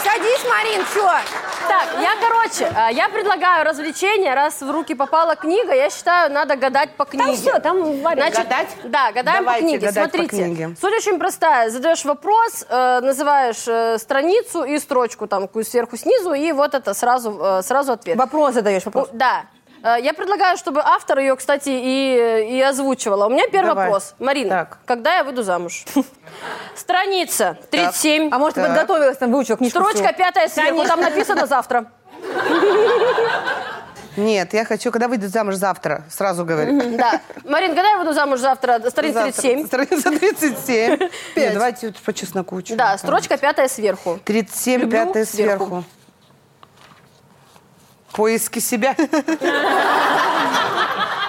Speaker 2: Садись, Марин, все.
Speaker 1: Так, я, короче, а, я предлагаю развлечение. Раз в руки попала книга, я считаю, надо гадать по книге.
Speaker 4: Там все, там Варя.
Speaker 1: Значит,
Speaker 7: Гадать?
Speaker 1: Да, гадаем
Speaker 7: Давайте
Speaker 1: по книге.
Speaker 7: гадать по
Speaker 1: Смотрите,
Speaker 7: книге.
Speaker 1: суть очень простая. Задаешь вопрос, э, называешь э, страницу и строчку там какую сверху снизу, и вот это сразу, э, сразу ответ.
Speaker 2: Вопрос задаешь,
Speaker 1: У-
Speaker 2: вопрос.
Speaker 1: Да. Э, Я предлагаю, чтобы автор ее, кстати, и, и озвучивала. У меня первый
Speaker 7: Давай.
Speaker 1: вопрос. Марина,
Speaker 7: Так.
Speaker 1: когда я выйду замуж? Страница 37.
Speaker 2: А может, ты
Speaker 7: Так.
Speaker 2: подготовилась, там выучила книжку? всю?
Speaker 1: Строчка пятая сверху, там написано завтра.
Speaker 7: Нет, я хочу, когда выйдет замуж завтра, сразу говорю.
Speaker 1: Да. Марин, когда я выйду замуж завтра? Страница
Speaker 7: Завтра.
Speaker 1: 37.
Speaker 7: Страница 37. Нет, Давайте вот по чесноку. чё
Speaker 1: Да,
Speaker 7: там.
Speaker 1: строчка пятая сверху.
Speaker 7: 37,
Speaker 1: Люблю
Speaker 7: пятая
Speaker 1: сверху.
Speaker 7: сверху. Поиски себя.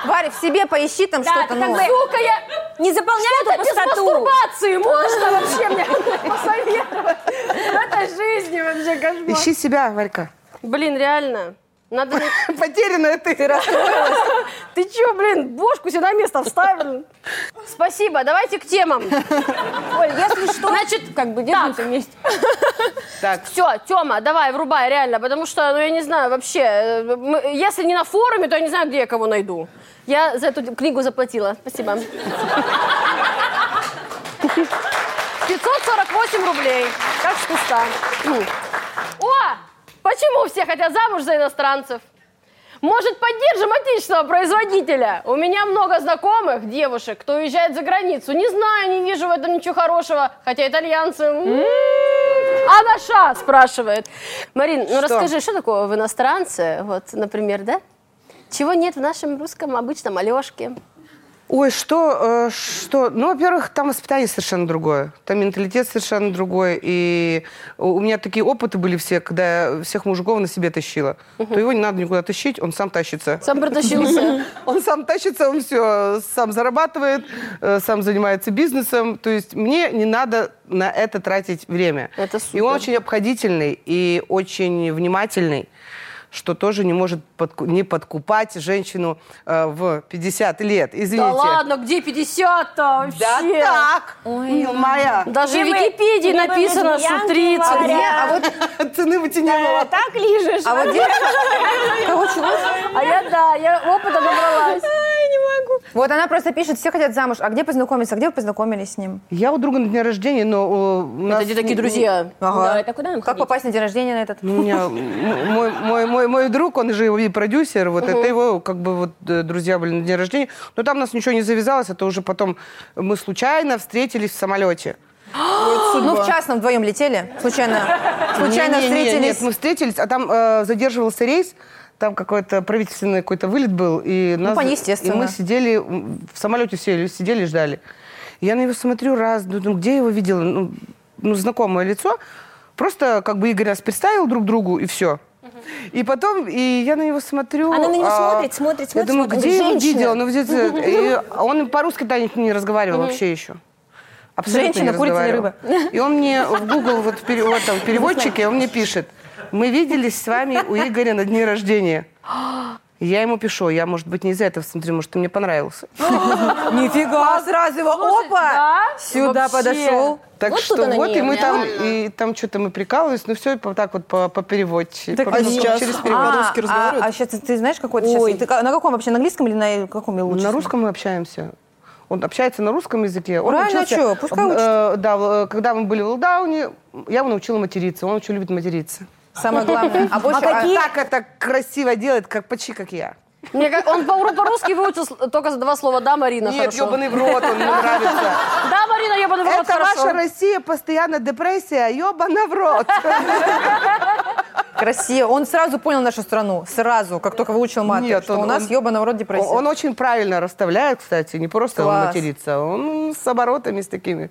Speaker 2: Варя, в себе поищи там
Speaker 4: Да,
Speaker 2: что-то
Speaker 4: ты как
Speaker 2: новое.
Speaker 4: бы
Speaker 1: Сука, я...
Speaker 4: не заполняй
Speaker 1: Что-то
Speaker 4: эту
Speaker 1: без
Speaker 4: пустоту.
Speaker 1: мастурбации можно вообще мне посоветовать? В этой жизни вообще кошмар.
Speaker 7: Ищи себя, Варька.
Speaker 1: Блин, реально. Надо...
Speaker 7: Потерянная ты.
Speaker 1: Ты чё, блин, бошку себе на место вставил? Спасибо, давайте к темам.
Speaker 4: Оль, если что,
Speaker 1: Значит,
Speaker 4: как бы держимся вместе.
Speaker 7: Так,
Speaker 1: Все, Тёма, давай, врубай, реально, потому что, ну, я не знаю, вообще, э, мы- если не на форуме, то я не знаю, где я кого найду. Я за эту книгу заплатила, спасибо. 548 рублей, как с куста. О, почему все хотят замуж за иностранцев? Может, поддержим отечественного производителя? У меня много знакомых девушек, кто уезжает за границу. Не знаю, не вижу в этом ничего хорошего, хотя итальянцы... м, А наша, спрашивает. Марин, ну
Speaker 7: Что?
Speaker 1: расскажи, что такое в иностранце, вот, например, да? Чего нет в нашем русском обычном Алешке?
Speaker 7: Ой, что, э, что? Ну, во-первых, там воспитание совершенно другое, там менталитет совершенно другой, и у у меня такие опыты были все, когда я всех мужиков на себе тащила. То его не надо никуда тащить, он сам тащится.
Speaker 1: Сам протащился.
Speaker 7: Он сам тащится, он все сам зарабатывает, э, сам занимается бизнесом. То есть мне не надо на это тратить время.
Speaker 1: Это
Speaker 7: И
Speaker 1: супер.
Speaker 7: он очень обходительный и очень внимательный что тоже не может подку- не подкупать женщину э, в 50 лет. Извините.
Speaker 1: Да ладно, где 50-то вообще?
Speaker 7: Да так, мил моя.
Speaker 1: Даже в
Speaker 4: Либо-
Speaker 1: Википедии
Speaker 4: либо
Speaker 1: написано, что
Speaker 4: лесбиянки
Speaker 1: 30.
Speaker 4: говорят.
Speaker 2: А вот,
Speaker 7: Цены бы тебе не было.
Speaker 4: Так лижешь.
Speaker 2: а вот девушка- Кого чего?
Speaker 1: А я, да, я опыта набралась.
Speaker 2: Вот она просто пишет, все хотят замуж. А где познакомиться? А где вы познакомились с ним?
Speaker 7: Я у друга на дне рождения, но э, у нас...
Speaker 1: Это такие друзья.
Speaker 4: Да, это куда нам
Speaker 2: Ну, Как
Speaker 4: ходить?
Speaker 2: попасть на день рождения на этот?
Speaker 7: Ну, У меня м- мой, мой, мой, мой друг, он же и продюсер, вот это его как бы вот э, друзья были на день рождения. Но там у нас ничего не завязалось, это уже потом мы случайно встретились в самолете.
Speaker 2: Ну, в частном вдвоем летели. Случайно. Случайно
Speaker 7: Не-не-не,
Speaker 2: встретились.
Speaker 7: Нет, мы встретились, а там э, задерживался рейс, там какой-то правительственный какой-то вылет был. И
Speaker 4: Ну,
Speaker 7: нас,
Speaker 2: понятно, естественно.
Speaker 7: И мы сидели, м, в самолете сели, сидели, ждали. Я на него смотрю раз, ну, думаю, где я его видела? Ну, ну, знакомое лицо. Просто как бы Игорь нас представил друг другу, и все. И потом, и я на него смотрю. а
Speaker 4: Она на него смотрит, смотрит, смотрит,
Speaker 7: Я думаю,
Speaker 4: смотрит.
Speaker 7: где я его
Speaker 4: Женщина.
Speaker 7: видела? Ну, где ты? И он по-русски да, не разговаривал вообще еще. Абсолютно
Speaker 2: Женщина,
Speaker 7: не
Speaker 2: курица или
Speaker 7: разговаривал. И он мне в Google, вот, в пере- вот там, в переводчике, он мне пишет, мы виделись с вами у Игоря на дне рождения. Я ему пишу, я, может быть, не из-за этого смотрю, может, ты мне понравился.
Speaker 2: Нифига, сразу его, опа,
Speaker 1: да?
Speaker 2: сюда
Speaker 1: Вообще.
Speaker 2: подошел.
Speaker 7: Так
Speaker 4: Вот
Speaker 7: что
Speaker 4: тут она
Speaker 7: вот, и мы
Speaker 4: нервная.
Speaker 7: там, и там что-то мы прикалывались, ну все, так вот по, по переводчику.
Speaker 3: Так, а сейчас?
Speaker 7: через
Speaker 3: А,
Speaker 7: перевод.
Speaker 3: по-русски разговаривают?
Speaker 2: а сейчас ты знаешь какой-то сейчас? Ты ка- на каком вообще, на английском или на э, каком я лучше?
Speaker 7: На русском мы общаемся. Он общается на русском языке. Он
Speaker 2: Правильно,
Speaker 7: учился,
Speaker 2: а чё? Пускай
Speaker 7: э,
Speaker 2: учится.
Speaker 7: да, в- э, когда мы были в Лдауне, я его научила материться. Он очень любит материться.
Speaker 2: Самое главное. А больше... а-
Speaker 7: А так это красиво делает, как почти как я.
Speaker 1: Мне как- он по- по-русски выучил с- только за два слова «да, Марина»,
Speaker 7: Нет,
Speaker 1: хорошо.
Speaker 7: ебаный в рот, он мне нравится.
Speaker 1: Да, Марина, ебаный в рот,
Speaker 7: Это
Speaker 1: хорошо.
Speaker 7: ваша Россия, постоянно депрессия, ебана в рот.
Speaker 2: Красиво. Он сразу понял нашу страну. Сразу, как только выучил мат.
Speaker 7: Нет,
Speaker 2: что
Speaker 7: он-
Speaker 2: у нас
Speaker 7: он-
Speaker 2: ебаный в рот депрессия.
Speaker 7: Он очень правильно расставляет, кстати, не просто он
Speaker 2: Класс.
Speaker 7: матерится, он с оборотами, с такими.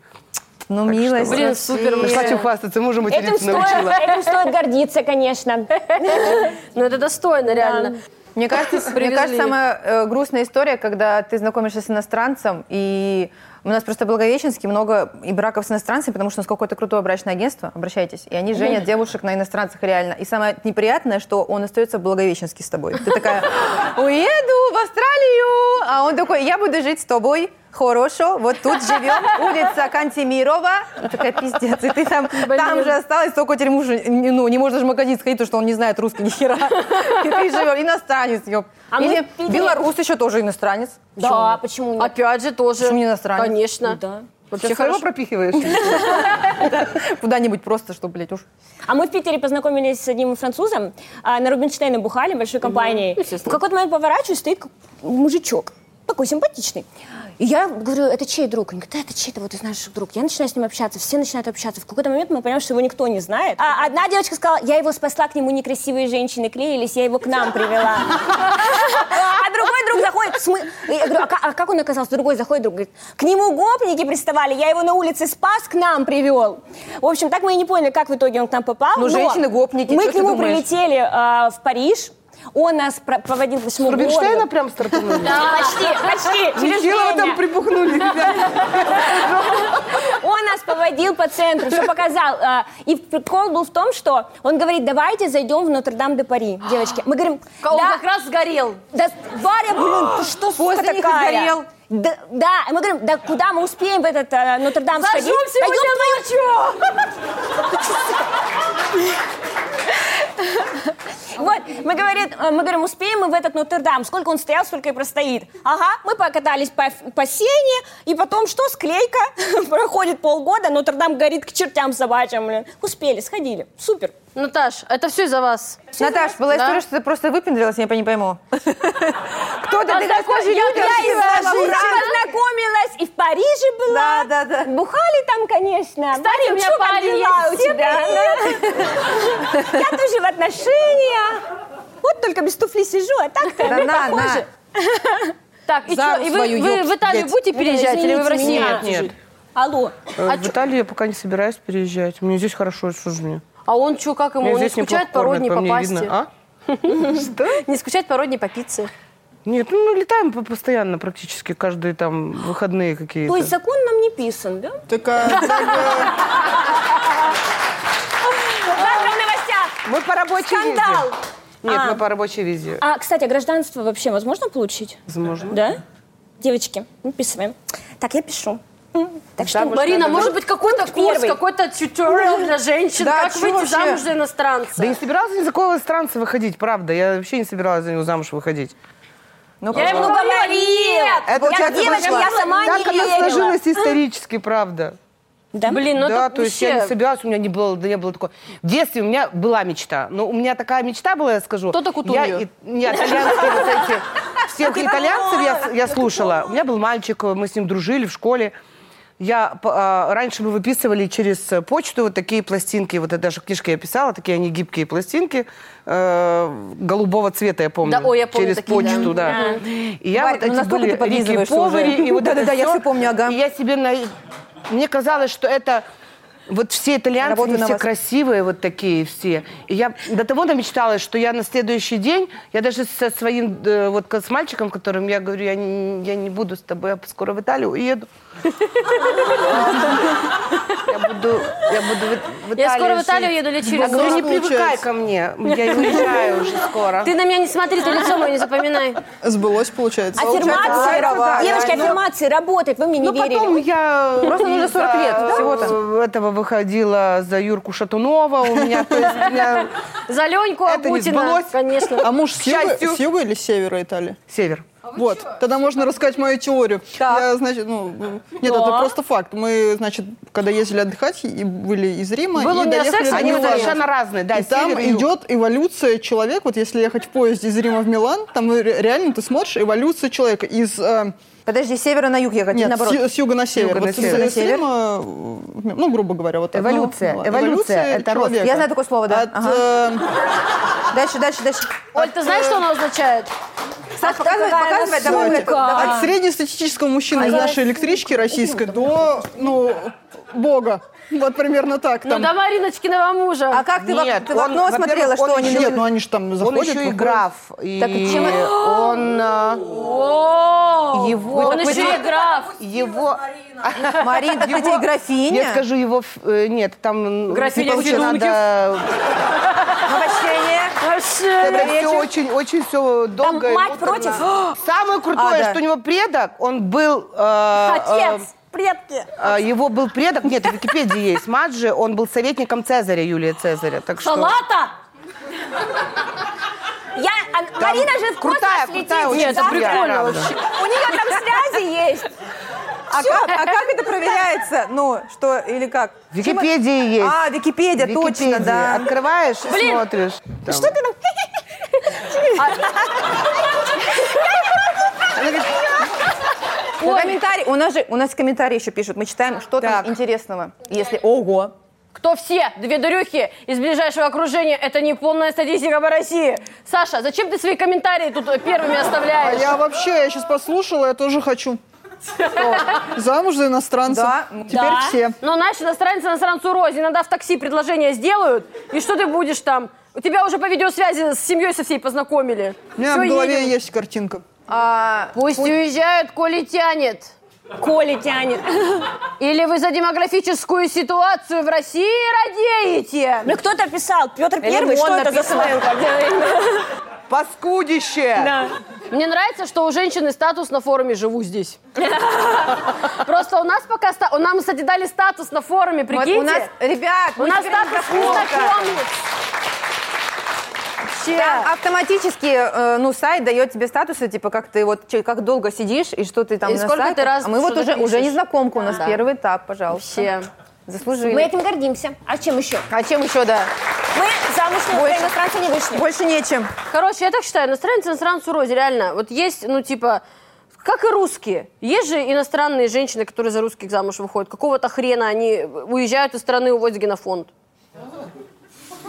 Speaker 2: ну, милость.
Speaker 1: Блин,
Speaker 2: вообще.
Speaker 1: супер, мне-
Speaker 7: Начала чем хвастаться, мужа
Speaker 4: Этим
Speaker 7: материться
Speaker 4: стоит,
Speaker 7: научила.
Speaker 4: этим стоит гордиться, конечно.
Speaker 1: Ну, это достойно, реально.
Speaker 2: Мне кажется, мне
Speaker 1: Привезли.
Speaker 2: кажется, самая э, грустная история, когда ты знакомишься с иностранцем, и у нас просто в Благовещенске много и браков с иностранцами, потому что у нас какое-то крутое брачное агентство, обращайтесь, и они женят девушек на иностранцах реально. И самое неприятное, что он остается в Благовещенске с тобой. Ты такая, уеду в Австралию, а он такой, я буду жить с тобой. Хорошо, вот тут живем, улица Кантемирова. И Такая пиздец, и ты там, там же осталась, только теперь муж э, не- ну, не может даже в магазин сходить, потому что он не знает русский ни хера. И ты живешь, иностранец, ёп.
Speaker 4: А мы
Speaker 2: Или
Speaker 4: в Питере-
Speaker 2: белорус еще тоже иностранец.
Speaker 4: Да, почему нет?
Speaker 1: Опять же тоже.
Speaker 2: Почему не иностранец?
Speaker 1: Конечно.
Speaker 4: Да.
Speaker 1: Вообще
Speaker 7: Ты своего
Speaker 1: хорошо.
Speaker 7: пропихиваешь?
Speaker 2: Куда-нибудь просто, что, блядь, уж.
Speaker 4: А мы в Питере познакомились с одним французом, а, на Рубинштейна бухали большой компанией. В какой-то момент поворачиваюсь, стоит как- мужичок. такой симпатичный. И я говорю, это чей друг? Они говорят, да, это чей-то вот из наших друг. Я начинаю с ним общаться, все начинают общаться. В какой-то момент мы понимаем, что его никто не знает. А одна девочка сказала, я его спасла, к нему некрасивые женщины клеились, я его к нам привела. А другой друг заходит, в смы- я говорю, а ка- а как он оказался? Другой заходит, друг говорит, к нему гопники приставали, я его на улице спас, к нам привел. В общем, так мы и не поняли, как в итоге он к нам попал.
Speaker 2: Ну,
Speaker 4: но
Speaker 2: женщины-гопники,
Speaker 4: Мы
Speaker 2: что
Speaker 4: к
Speaker 2: ты
Speaker 4: нему
Speaker 2: думаешь?
Speaker 4: прилетели а, в Париж, он нас про- проводил по всему городу.
Speaker 7: Рубинштейна прям стартанули.
Speaker 4: Почти, почти. Через
Speaker 7: Нехило вы
Speaker 4: время.
Speaker 7: там припухнули, ребята.
Speaker 4: Он нас поводил по центру, все показал. А, И прикол был в том, что он говорит, давайте зайдем в Нотр-Дам-де-Пари, девочки. Мы говорим,
Speaker 1: Он
Speaker 4: да,
Speaker 1: как раз сгорел.
Speaker 4: да, Варя, блин, ты что, сука
Speaker 2: После них
Speaker 4: такая?
Speaker 2: сгорел.
Speaker 4: Да, да, и мы говорим, да куда мы успеем в этот э, Нотр-Дам сходить?
Speaker 1: Зажжем
Speaker 4: Да ёб твою- Вот, мы, говорит, э, мы говорим, успеем мы в этот Нотр-Дам. Сколько он стоял, сколько и простоит. Ага, мы покатались по, по сене, и потом что, склейка, проходит полгода, Нотр-Дам горит к чертям собачьим, блин. Успели, сходили, супер.
Speaker 1: Наташ, это все из-за вас.
Speaker 2: Наташ, была
Speaker 1: Да.
Speaker 2: история, что ты просто выпендрилась, я по- не пойму. Кто-то ты
Speaker 1: такой
Speaker 2: такой
Speaker 1: же
Speaker 2: же
Speaker 1: я
Speaker 2: любишь,
Speaker 4: А Я из
Speaker 2: красивая,
Speaker 4: Парижа
Speaker 2: ура.
Speaker 4: познакомилась, и в Париже
Speaker 2: Да,
Speaker 4: была.
Speaker 2: да, да.
Speaker 4: Бухали там, конечно.
Speaker 1: Кстати, у меня
Speaker 4: что там
Speaker 1: парень
Speaker 4: дела
Speaker 1: есть.
Speaker 4: у
Speaker 1: Всем
Speaker 4: тебя? да? Я тоже в отношениях. Вот только без туфли сижу, а так-то
Speaker 2: Да
Speaker 4: мы
Speaker 2: на,
Speaker 4: похожи.
Speaker 1: Так, и
Speaker 3: За
Speaker 1: чё, и вы,
Speaker 3: свою
Speaker 1: вы
Speaker 3: ёб,
Speaker 1: в Италию
Speaker 3: блядь.
Speaker 1: будете переезжать или вы в России?
Speaker 4: Извините меня.
Speaker 7: Нет.
Speaker 4: Алло.
Speaker 7: Э, В Италию я пока не собираюсь переезжать. Мне здесь хорошо, что же мне?
Speaker 1: А он что, как ему?
Speaker 7: Мне
Speaker 1: Он не
Speaker 7: здесь
Speaker 1: скучает
Speaker 7: неплохо
Speaker 1: по
Speaker 7: кормят,
Speaker 1: родне,
Speaker 7: по
Speaker 1: по
Speaker 7: мне
Speaker 1: пасте?
Speaker 7: видно. А? Что?
Speaker 1: Не скучать по родне, по пицце.
Speaker 7: Нет, ну, ну летаем по- постоянно практически, каждые там выходные какие-то.
Speaker 4: То есть закон нам не писан, да?
Speaker 3: Такая,
Speaker 4: Завтра в новостях.
Speaker 7: мы по рабочей
Speaker 4: Скандал.
Speaker 7: визе. Нет,
Speaker 4: А.
Speaker 7: мы по рабочей визе.
Speaker 4: А, кстати, а гражданство вообще возможно получить?
Speaker 7: Возможно.
Speaker 4: Да? Девочки, написываем. Так, я пишу. М, Так что...
Speaker 1: Марина, может быть, какой-то курс,
Speaker 4: первый.
Speaker 1: какой-то тьюториал для женщин,
Speaker 2: Да,
Speaker 1: как
Speaker 2: чё
Speaker 1: выйти
Speaker 2: вообще?
Speaker 1: замуж за иностранца?
Speaker 7: Да не собиралась ни за какого иностранца выходить, правда. Я вообще не собиралась за него замуж выходить.
Speaker 2: Ну,
Speaker 4: Я ему говорила, нет.
Speaker 7: Это
Speaker 4: я
Speaker 7: получается,
Speaker 4: девочка,
Speaker 7: пошла.
Speaker 4: я сама
Speaker 7: так
Speaker 4: Ну, не
Speaker 7: она
Speaker 4: верила.
Speaker 7: сложилась исторически, правда.
Speaker 4: Да?
Speaker 1: Блин, ну
Speaker 7: да,
Speaker 1: это
Speaker 7: то есть я не
Speaker 1: вообще-
Speaker 7: собиралась, у меня не было, не было такой. В детстве у меня была мечта, но у меня такая мечта была, я скажу.
Speaker 1: Кто-то Кутуньо.
Speaker 7: Я, и- не, итальянские вот эти, всех итальянцев я, я слушала. У меня был мальчик, мы с ним дружили в школе. Я, п- а, раньше мы выписывали через э, почту вот такие пластинки, вот это даже книжки я писала, такие они гибкие пластинки, э, голубого цвета, я помню,
Speaker 1: Да, ой, я помню
Speaker 7: через
Speaker 1: такие, да.
Speaker 7: почту, да. И я
Speaker 2: Барь,
Speaker 7: вот
Speaker 2: ну
Speaker 7: эти
Speaker 2: насколько
Speaker 7: были
Speaker 2: ты подлизываешься
Speaker 7: Рики Повари,
Speaker 2: уже?
Speaker 7: и вот это
Speaker 2: Да-да-да, я
Speaker 7: всё.
Speaker 2: всё помню, ага.
Speaker 7: И я себе на... Мне казалось, что это... Вот все итальянцы,
Speaker 2: Работаю
Speaker 7: они
Speaker 2: на
Speaker 7: все
Speaker 2: вас.
Speaker 7: красивые, вот такие все. И я до того намечталась, что я на следующий день, я даже со своим, э, вот к- с мальчиком, которым я говорю, я не, я не буду с тобой, я скоро в Италию уеду. Я буду, я буду в- в Италию
Speaker 1: Я скоро в Италию
Speaker 7: жить.
Speaker 1: еду лечу
Speaker 7: Я говорю, не
Speaker 1: ребенка.
Speaker 7: привыкай ко мне, я уезжаю уже скоро.
Speaker 1: Ты на меня не смотри, ты лицо мое не запоминай.
Speaker 3: сбылось, получается.
Speaker 4: А
Speaker 7: А
Speaker 4: Аффирмации.
Speaker 2: Здорово,
Speaker 4: Девочки,
Speaker 2: да, но-
Speaker 4: аффирмации работает, вы мне не
Speaker 7: Ну,
Speaker 4: верили.
Speaker 7: потом я...
Speaker 2: Просто нужно 40 лет, да?
Speaker 7: Всего этого выходила за Юрку Шатунова. У меня, то есть, у меня
Speaker 1: За Леньку
Speaker 7: Это не
Speaker 1: Агутина,
Speaker 7: сбылось.
Speaker 1: конечно.
Speaker 3: А муж с юга,
Speaker 7: счастью.
Speaker 3: с юга или с севера Италии?
Speaker 7: север.
Speaker 3: вот, тогда можно рассказать мою теорию. Я, значит, ну, нет, это просто факт. Мы, значит, когда ездили отдыхать и были из Рима,
Speaker 7: Был у
Speaker 3: и
Speaker 7: меня
Speaker 3: доехали
Speaker 7: секс,
Speaker 3: до
Speaker 7: они
Speaker 3: Милана.
Speaker 7: совершенно разные. Да,
Speaker 3: Ну, и там
Speaker 7: север и юг.
Speaker 3: идет эволюция человека. Вот если ехать в поезде из Рима в Милан, там ну, ре- реально ты смотришь эволюция человека из э,
Speaker 2: Подожди, с севера на юг ехать, или
Speaker 3: нет, с,
Speaker 2: наоборот?
Speaker 3: ю- с юга на север.
Speaker 7: Юга на
Speaker 3: Вот с-
Speaker 7: север.
Speaker 3: с
Speaker 2: На север.
Speaker 3: Рима, э, в Ми- ну грубо говоря, вот одно-
Speaker 7: Эволюция.
Speaker 3: ну,
Speaker 7: Эволюция это рост.
Speaker 2: Я знаю такое слово, да.
Speaker 3: От,
Speaker 2: Ага.
Speaker 3: э,
Speaker 2: Дальше, дальше, дальше.
Speaker 1: Оль, ты знаешь, что оно означает?
Speaker 2: Саш, показывай,
Speaker 4: какая она
Speaker 2: показывай, давай
Speaker 3: Давайте.
Speaker 2: мы это- давай.
Speaker 3: От среднестатистического мужчины из нашей электрички российской до, ну, бога. Вот примерно так.
Speaker 1: Ну
Speaker 3: Там.
Speaker 1: до Мариночкиного мужа.
Speaker 2: А как ты в
Speaker 7: Нет,
Speaker 2: ок- ты в окно
Speaker 7: он,
Speaker 2: смотрела,
Speaker 7: во-первых,
Speaker 2: что
Speaker 7: он
Speaker 2: они
Speaker 7: еще-
Speaker 3: Нет,
Speaker 2: любят?
Speaker 3: ну они же там
Speaker 7: Он
Speaker 3: заходят,
Speaker 7: еще и
Speaker 3: выходят.
Speaker 7: граф. И
Speaker 2: Так и чем-
Speaker 7: он... э,
Speaker 1: О,
Speaker 7: Его
Speaker 1: он
Speaker 7: такой-
Speaker 1: еще и граф.
Speaker 7: Его...
Speaker 2: Марина, так хотя и
Speaker 7: Я
Speaker 2: графиня.
Speaker 7: скажу его... ф- э, Нет, там...
Speaker 1: Графиня
Speaker 7: типа, вообще
Speaker 1: Федункив.
Speaker 7: надо-
Speaker 2: Обращение.
Speaker 1: Вообще.
Speaker 7: Это все очень, очень все долго. и
Speaker 4: мать
Speaker 7: муторно.
Speaker 4: против.
Speaker 7: Самое крутое,
Speaker 2: А, да.
Speaker 7: что у него предок, он был... э,
Speaker 4: Отец, предки.
Speaker 7: э, э, Его был предок, нет, в Википедии есть, мать же, он был советником Цезаря, Юлия Цезаря, так что...
Speaker 4: Салата! Я, а, Марина же в космос
Speaker 7: Крутая,
Speaker 4: летит.
Speaker 7: крутая очень
Speaker 4: Нет, это
Speaker 7: семья,
Speaker 4: прикольно
Speaker 7: правда.
Speaker 4: вообще. У нее там связи есть.
Speaker 2: А как, а как это проверяется? Ну, что или как?
Speaker 7: В Википедии есть.
Speaker 2: А, Википедия, точно,
Speaker 7: Википедии.
Speaker 2: да.
Speaker 7: Открываешь и смотришь. Что ты там?
Speaker 2: Ну, комментарий, у нас же, у нас комментарии еще пишут, мы читаем, что
Speaker 7: Так.
Speaker 2: там интересного. Если, ого,
Speaker 1: Кто все? Две дурюхи из ближайшего окружения. Это не полная статистика по России. Саша, зачем ты свои комментарии тут э, первыми
Speaker 3: А
Speaker 1: оставляешь?
Speaker 3: я вообще, я сейчас послушала, я тоже хочу. Замуж за иностранца.
Speaker 2: Да.
Speaker 3: Теперь
Speaker 4: Да.
Speaker 3: все.
Speaker 1: Но Ну, знаешь, иностранцы иностранцу рознь. Иногда в такси предложение сделают, и что ты будешь там? У тебя уже по видеосвязи с семьей со всей познакомили.
Speaker 3: У меня
Speaker 1: Всё,
Speaker 3: в голове
Speaker 1: едем.
Speaker 3: есть картинка.
Speaker 2: А,
Speaker 1: Пусть уезжают, коли тянет.
Speaker 4: Коля тянет.
Speaker 1: Или вы за демографическую ситуацию в России радеете?
Speaker 4: Мне Ну, кто-то писал, Петр Первый,
Speaker 2: Лимон
Speaker 4: что это за
Speaker 2: написал.
Speaker 4: сленг?
Speaker 7: Паскудище!
Speaker 4: Да.
Speaker 1: Мне нравится, что у женщины статус на форуме «Живу здесь». Просто у нас пока... ста- Нам, кстати, дали статус на форуме,
Speaker 2: Вот
Speaker 1: прикиньте.
Speaker 2: у нас, ребят,
Speaker 1: У
Speaker 2: мы
Speaker 1: нас
Speaker 2: теперь не
Speaker 1: статус
Speaker 2: проходка.
Speaker 1: незнакомых.
Speaker 2: Там автоматически, э, ну, сайт дает тебе статусы, типа, как ты вот, че- как долго сидишь и что ты там
Speaker 1: И
Speaker 2: на
Speaker 1: сколько ты
Speaker 2: сайтах.
Speaker 1: раз
Speaker 2: А мы вот уже,
Speaker 1: что-то
Speaker 2: уже
Speaker 1: пишешь.
Speaker 2: незнакомка у нас,
Speaker 1: Да.
Speaker 2: первый этап, пожалуйста.
Speaker 1: Вообще.
Speaker 2: Заслужили.
Speaker 4: Мы этим гордимся. А чем еще?
Speaker 2: А чем еще, да?
Speaker 4: Мы замуж на
Speaker 2: Больше.
Speaker 4: иностранца не вышли.
Speaker 2: Больше нечем.
Speaker 1: Короче, я так считаю, иностранец иностранцу рознь, реально. Вот есть, ну, типа, как и русские. Есть же иностранные женщины, которые за русских замуж выходят. Какого-то хрена они уезжают из страны, увозят генофонд.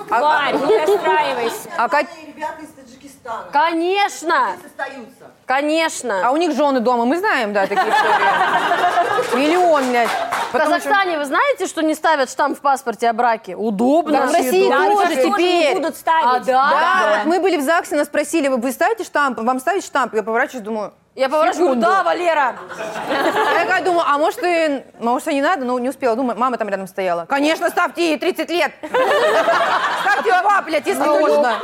Speaker 7: А,
Speaker 4: Варь, не расстраивайся.
Speaker 2: А, как-
Speaker 5: Ребята из Таджикистана.
Speaker 1: Конечно!
Speaker 5: Здесь остаются.
Speaker 1: Конечно!
Speaker 2: а у них жены дома, мы знаем, да, такие истории. Миллион, блядь.
Speaker 1: в
Speaker 2: Потому что-
Speaker 1: Казахстане, вы знаете, что не ставят штамп в паспорте о браке? Удобно.
Speaker 2: Да, в России
Speaker 1: Да,
Speaker 2: тоже
Speaker 1: это
Speaker 4: тоже не
Speaker 2: теперь.
Speaker 4: будут ставить.
Speaker 1: А, да?
Speaker 2: Да,
Speaker 1: Да.
Speaker 2: вот мы были в ЗАГСе, нас спросили, вы, вы ставите штамп? Вам ставить штамп? Я поворачиваюсь, думаю...
Speaker 1: Я поворачиваю,
Speaker 2: секунду.
Speaker 1: да, Валера.
Speaker 2: Я такая думаю, а может, и, может, и не надо? Ну, не успела. Думаю, мама там рядом стояла. Конечно, ставьте ей 30 лет. Ставьте два, блядь, если нужно.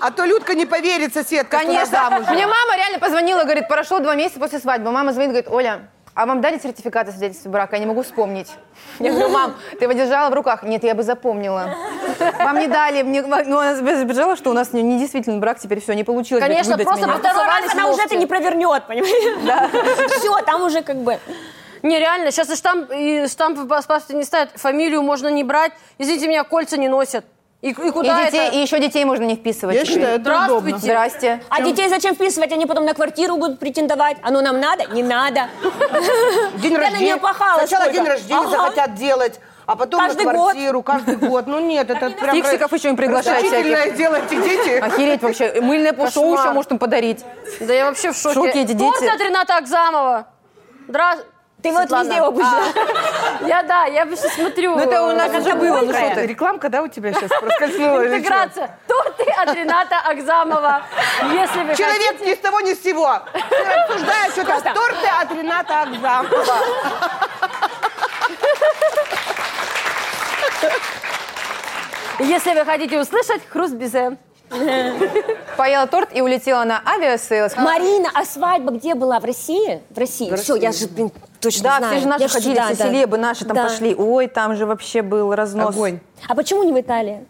Speaker 7: А то Людка не поверит, соседка, что она
Speaker 2: Конечно.
Speaker 7: замужем.
Speaker 2: Мне мама реально позвонила, говорит, прошло два месяца после свадьбы. Мама звонит, говорит, Оля, а вам дали сертификаты свидетельства брака? Я не могу вспомнить. Я говорю, мам, ты его держала в руках? Нет, я бы запомнила. Вам не дали. Мне, ну, она сбежала, что у нас не- недействительный брак, теперь все, не получилось. блядь,
Speaker 1: Конечно,
Speaker 2: выдать
Speaker 1: просто
Speaker 2: меня.
Speaker 4: А второй раз она уже это не провернет, понимаешь? Все, там уже как бы...
Speaker 1: Не, реально, сейчас и штамп, и штамп в пас- паспорте не ставят, фамилию можно не брать. Извините меня, кольца не носят. И, и куда
Speaker 2: И, детей,
Speaker 1: это?
Speaker 2: и еще детей можно не вписывать.
Speaker 3: Я считаю, это удобно.
Speaker 1: Здравствуйте.
Speaker 2: Здрасте.
Speaker 4: А детей зачем вписывать? Они потом на квартиру будут претендовать. Оно нам надо? Не надо.
Speaker 7: День
Speaker 4: Я на
Speaker 7: рождения.
Speaker 4: нее пахала
Speaker 7: Сначала
Speaker 4: сколько.
Speaker 7: день рождения
Speaker 4: Ага.
Speaker 7: захотят делать, а потом
Speaker 4: Каждый
Speaker 7: на
Speaker 4: год.
Speaker 7: квартиру каждый год. Ну нет, это прям...
Speaker 2: Фиксиков еще им приглашать всяких. А,
Speaker 7: Растительное дело эти дети.
Speaker 2: Охереть вообще. Мыльное пу- шоу
Speaker 1: Кошмар.
Speaker 2: еще может им подарить.
Speaker 1: Да я вообще в шоке.
Speaker 2: шоке эти дети.
Speaker 1: Торт от Рената Агзамова. Здра...
Speaker 4: Ты вот
Speaker 1: Светлана.
Speaker 4: везде обычно.
Speaker 1: А, Я, да, я вообще смотрю.
Speaker 2: Ну это у нас уже было, ну что ты.
Speaker 7: Рекламка, да, у тебя сейчас проскользнула? или что?
Speaker 1: Интеграция. Торты от Рената Агзамова. Если вы
Speaker 7: Человек ни с того, ни с сего. Ты обсуждаешь это торты от Рената Агзамова.
Speaker 1: хотите- Если вы хотите услышать, хруст безе.
Speaker 2: Поела торт и улетела на авиасейлс.
Speaker 4: Марина, а свадьба где была? В России? В России. Все, я же, блин, точно
Speaker 2: Да,
Speaker 4: знаю.
Speaker 2: все же наши
Speaker 4: Я
Speaker 2: ходили,
Speaker 4: сюда,
Speaker 2: все
Speaker 4: да.
Speaker 2: селебы наши там
Speaker 4: Да.
Speaker 2: пошли. Ой, там же вообще был разнос.
Speaker 7: Огонь.
Speaker 4: А почему не в Италии?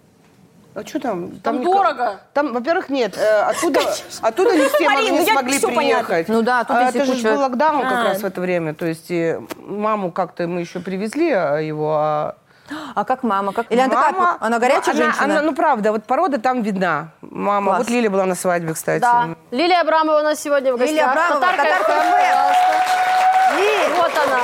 Speaker 7: А что там?
Speaker 1: Там
Speaker 7: никого-
Speaker 1: дорого.
Speaker 7: Там, во-первых, нет. э, Оттуда, оттуда не все
Speaker 4: Ну, Марина,
Speaker 7: не
Speaker 4: я-
Speaker 7: смогли
Speaker 4: всё понятно.
Speaker 7: приехать.
Speaker 2: Ну да, тут
Speaker 7: А
Speaker 2: если
Speaker 7: Это же
Speaker 2: куча-
Speaker 7: был локдаун как
Speaker 4: А.
Speaker 7: раз в это время. То есть э, маму как-то мы еще привезли а его, а
Speaker 2: А как мама? Как... Или она такая,
Speaker 7: Мама-
Speaker 2: вот, она горячая
Speaker 7: ну, она-
Speaker 2: женщина?
Speaker 7: она, ну, правда, вот порода там видна. Мама,
Speaker 2: Класс.
Speaker 7: вот Лиля была на свадьбе, кстати.
Speaker 1: Да. Лилия Абрамова у нас сегодня в гостях.
Speaker 2: Лилия Абрамова,
Speaker 1: Татарка
Speaker 2: Татарка
Speaker 1: FM,
Speaker 2: FM.
Speaker 1: пожалуйста. Вот она.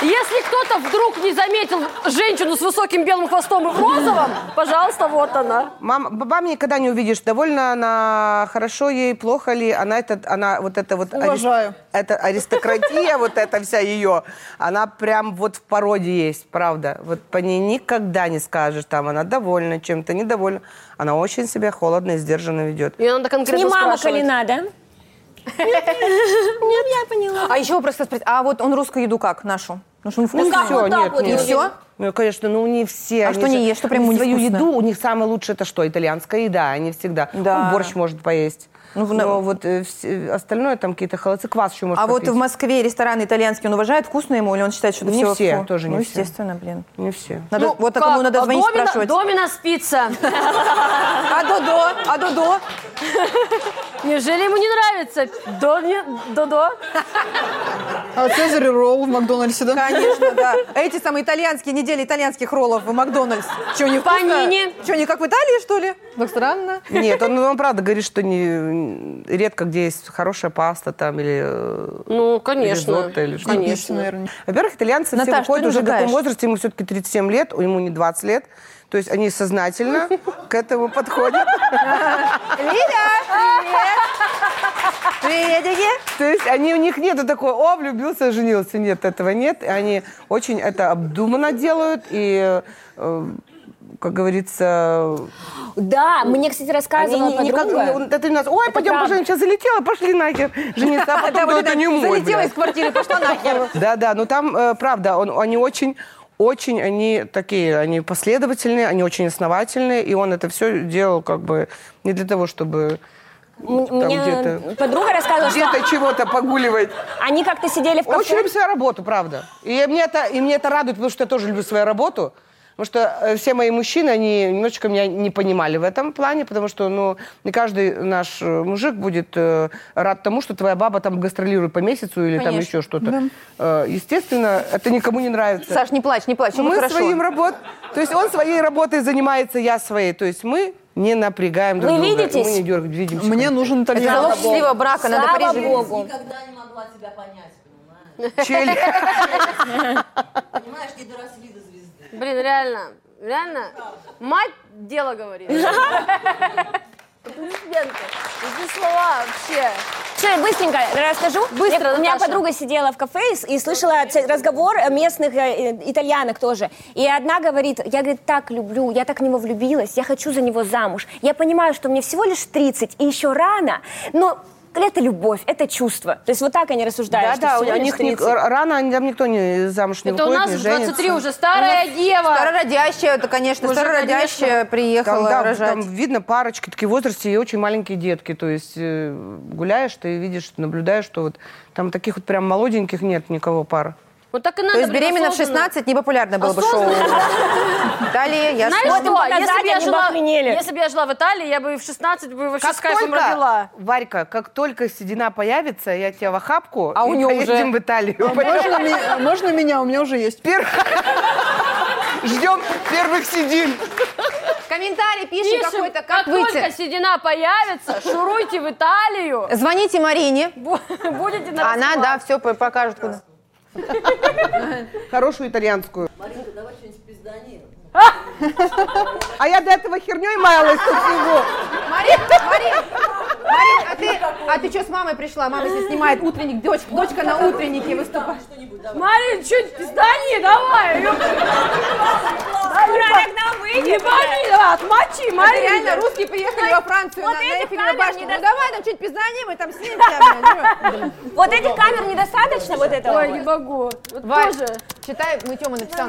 Speaker 1: Если кто-то вдруг не заметил женщину с высоким белым хвостом и в розовом, пожалуйста, вот она.
Speaker 7: Мама, баба никогда не увидишь, довольно она, хорошо ей, плохо ли, она, этот, она вот это вот... арис-
Speaker 3: Уважаю.
Speaker 7: Это аристократия, вот эта вся ее, она прям вот в породе есть, правда. Вот по ней никогда не скажешь, там она довольна чем-то, недовольна. Она очень себя холодно и сдержанно ведет.
Speaker 1: Ее надо
Speaker 4: Не
Speaker 1: конкретно
Speaker 4: мама
Speaker 1: спрашивать.
Speaker 4: Калина, да? Нет, я поняла.
Speaker 2: А еще просто спросить, а вот он русскую еду как нашу? Ну, что он
Speaker 7: Ну,
Speaker 2: вкусный?
Speaker 4: как?
Speaker 7: всё,
Speaker 4: вот так
Speaker 7: нет,
Speaker 4: вот
Speaker 7: нет.
Speaker 2: и всё?
Speaker 7: Ну, конечно, ну не все.
Speaker 2: А
Speaker 7: они
Speaker 2: что не есть? Что прям
Speaker 7: они
Speaker 2: у них
Speaker 7: свою
Speaker 2: вкусно?
Speaker 7: еду, у них самое лучшее это что? Итальянская еда, они всегда.
Speaker 2: Да.
Speaker 7: Ну, борщ может поесть.
Speaker 2: Ну, в-
Speaker 7: Но вот э, вс- остальное там какие-то холодцы, квас еще может
Speaker 2: А вот
Speaker 7: попить.
Speaker 2: в Москве рестораны итальянские он уважает вкусно ему или он считает, что это
Speaker 7: Не
Speaker 2: всё
Speaker 7: все,
Speaker 2: фу?
Speaker 7: тоже не
Speaker 2: Ну,
Speaker 7: все.
Speaker 2: естественно, блин.
Speaker 7: Не все.
Speaker 2: Надо,
Speaker 1: Ну,
Speaker 2: вот
Speaker 1: как?
Speaker 2: такому надо
Speaker 1: А
Speaker 2: звонить,
Speaker 1: Домина-
Speaker 2: спрашивать.
Speaker 1: Домина спится.
Speaker 2: А Додо? А Додо?
Speaker 1: Неужели ему не нравится? Доми- Додо?
Speaker 3: А Цезарь ролл в Макдональдсе, да?
Speaker 2: Конечно, да. Эти самые итальянские недели итальянских роллов в Макдональдс. Че, не
Speaker 1: Панини.
Speaker 2: Что, не как в Италии, что ли? Так странно.
Speaker 7: Нет, он, он правда говорит, что не, редко где есть хорошая паста там или э,
Speaker 1: Ну, конечно.
Speaker 7: ризотто или что-то.
Speaker 3: Пища,
Speaker 1: Конечно.
Speaker 3: наверное.
Speaker 7: Во-первых, итальянцы
Speaker 2: Наташ,
Speaker 7: все выходят
Speaker 2: ты
Speaker 7: уже в таком
Speaker 2: ругаешь.
Speaker 7: возрасте, ему все-таки 37 лет, ему не 20 лет. То есть они сознательно к этому подходят.
Speaker 2: Приедете?
Speaker 7: То есть они, у них нету такой, о, влюбился, женился. Нет, этого нет. И Они очень это обдуманно делают и, э, как говорится...
Speaker 4: Да, мне, кстати,
Speaker 7: они
Speaker 4: рассказывала
Speaker 7: не- не как-
Speaker 4: подруга.
Speaker 7: это ты нас, ой, пойдем
Speaker 4: правда.
Speaker 7: поженимся, залетела, пошли нахер жениться, а потом, да, это не мой,
Speaker 2: Залетела
Speaker 7: блядь».
Speaker 2: из квартиры, пошла нахер.
Speaker 7: Да, да, но там, э, правда, он- они очень, очень, они такие, они последовательные, они очень основательные, и он это все делал как бы не для того, чтобы
Speaker 4: М-
Speaker 7: там где-то
Speaker 4: Мне подруга рассказывала, что
Speaker 7: где-то чего-то погуливать.
Speaker 4: они как-то сидели в
Speaker 7: Очень
Speaker 4: кафе.
Speaker 7: люблю свою работу, правда. И мне это, и мне это радует, потому что я тоже люблю свою работу. Потому что э, все мои мужчины, они немножечко меня не понимали в этом плане, потому что, ну, не каждый наш э, мужик будет э, рад тому, что твоя баба там гастролирует по месяцу или там еще что-то. Э, естественно, это никому не нравится.
Speaker 2: Саш, не плачь, не плачь, всё
Speaker 7: мы
Speaker 2: будет Ну, хорошо.
Speaker 7: своим работ... То есть он своей работой занимается, я своей. То есть мы не напрягаем друг
Speaker 4: Вы
Speaker 7: друга.
Speaker 4: видитесь?
Speaker 7: Мы не дергаем, видимся.
Speaker 3: Мне нужен
Speaker 2: Это
Speaker 3: итальянец.
Speaker 2: залог счастливого брака, надо
Speaker 4: Слава
Speaker 2: пережить.
Speaker 4: богу.
Speaker 5: Никогда не могла тебя понять, понимаешь?
Speaker 7: Челюсть.
Speaker 5: Понимаешь, не доросли до звезды.
Speaker 1: Блин, реально, реально, мать дело говорит. Аплодисменты. Эти слова вообще.
Speaker 4: Все, быстренько расскажу.
Speaker 1: Быстро,
Speaker 4: Я- У меня
Speaker 1: Наташа.
Speaker 4: подруга сидела в кафе и с- и слышала ц- разговор э, местных э, э, итальянок тоже. И одна говорит, я, говорит, так люблю, я так в него влюбилась, я хочу за него замуж. Я понимаю, что мне всего лишь 30 и еще рано, но это любовь, это чувство. То есть вот так они рассуждают.
Speaker 7: Да,
Speaker 4: что
Speaker 7: да,
Speaker 4: всего
Speaker 7: А у
Speaker 4: лишь
Speaker 7: них не-
Speaker 4: 30.
Speaker 7: рано они там никто не замуж не
Speaker 1: Это у
Speaker 7: выходит,
Speaker 1: нас
Speaker 7: не
Speaker 1: в 23
Speaker 7: женится.
Speaker 1: уже старая дева.
Speaker 2: Старородящая, это, конечно,
Speaker 1: Уже,
Speaker 2: старородящая
Speaker 7: Там,
Speaker 2: приехала
Speaker 7: да,
Speaker 2: рожать.
Speaker 7: там видно парочки, такие в возрасте и очень маленькие детки. То есть э, гуляешь, ты видишь, наблюдаешь, что вот там таких вот прям молоденьких нет никого пара.
Speaker 1: Вот так и надо.
Speaker 2: То есть
Speaker 1: блин,
Speaker 2: беременна в
Speaker 1: осознанно.
Speaker 2: 16 непопулярно было бы шоу. Далее я
Speaker 1: Знаешь
Speaker 4: Вот им
Speaker 1: что,
Speaker 4: показать,
Speaker 1: если бы, я
Speaker 4: они бы
Speaker 1: жила,
Speaker 4: охренели.
Speaker 1: если бы я жила в Италии, я бы и в 16 бы вообще с кайфом родила.
Speaker 7: Варька, как только седина появится, я тебя в охапку
Speaker 2: А у
Speaker 7: и
Speaker 2: неё уже-
Speaker 7: поедем в Италию.
Speaker 3: Можно, ми- можно меня? У меня уже есть.
Speaker 7: Ждем первых седин.
Speaker 2: Комментарий пишем
Speaker 1: Пишем,
Speaker 2: какой-то,
Speaker 1: как
Speaker 2: как
Speaker 1: только
Speaker 2: выйти.
Speaker 1: седина появится, шуруйте в Италию.
Speaker 2: Звоните Марине.
Speaker 1: Бу- Будете на
Speaker 2: Она, да, все покажет куда.
Speaker 7: Хорошую итальянскую.
Speaker 5: Маринка, давай что-нибудь пизданем.
Speaker 7: А я до этого херней маялась тут всего.
Speaker 2: Марин, Марин, Марин, а ты, а ты что с мамой пришла? Мама здесь снимает утренник, дочка, дочка на утреннике выступает.
Speaker 1: Марин, что, пиздани, давай. ёп.
Speaker 4: Дурак, нам выйдет.
Speaker 1: Не боли, да, отмочи,
Speaker 2: Это
Speaker 1: Марин.
Speaker 2: реально русские приехали во Францию
Speaker 4: вот
Speaker 2: на, на
Speaker 4: этих
Speaker 2: Эйфелеву
Speaker 4: камер
Speaker 2: башню.
Speaker 4: не
Speaker 2: Ну
Speaker 4: даст-
Speaker 2: давай там чуть пизданем и там ну снимемся. блин.
Speaker 4: Вот этих камер недостаточно, вот этого.
Speaker 1: Ой,
Speaker 4: вот?
Speaker 1: не могу. Вот
Speaker 2: Варь,
Speaker 1: тоже.
Speaker 2: читай, мы Тёма написал.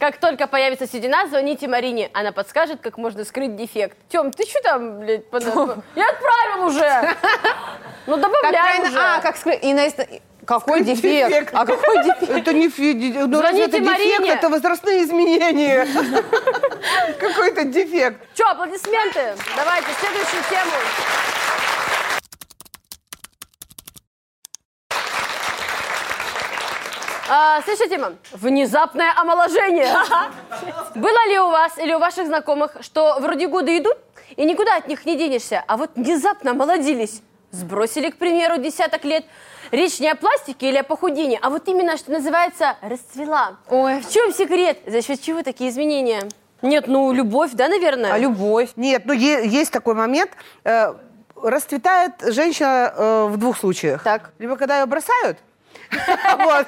Speaker 1: Как только появится седина, звоните Марине. Она подскажет, как можно скрыть дефект. Тем, ты что там, блядь, под- Я отправил уже. Ну,
Speaker 2: Как
Speaker 1: добавляй
Speaker 2: правильно-
Speaker 1: уже.
Speaker 2: А, как скры... и на эст- Какой
Speaker 7: Скрыть
Speaker 2: дефект?
Speaker 7: дефект.
Speaker 2: А какой дефект?
Speaker 7: Это не фи- де- ну,
Speaker 1: Звоните
Speaker 7: разве это дефект,
Speaker 1: Марине.
Speaker 7: это возрастные изменения. Какой-то дефект.
Speaker 1: Че, аплодисменты? Давайте, следующую тему. А, следующая тема. Внезапное омоложение. Было ли у вас или у ваших знакомых, что вроде годы идут, и никуда от них не денешься, а вот внезапно молодились? Сбросили, к примеру, десяток лет. Речь не о пластике или о похудении, а вот именно, что называется, расцвела.
Speaker 2: Ой.
Speaker 1: В чем секрет? За счет чего такие изменения? Нет, ну, любовь, да, наверное?
Speaker 2: А любовь?
Speaker 7: Нет, ну е- есть такой момент. Э, расцветает женщина э, в двух случаях.
Speaker 2: Так.
Speaker 7: Либо когда ее бросают, вот,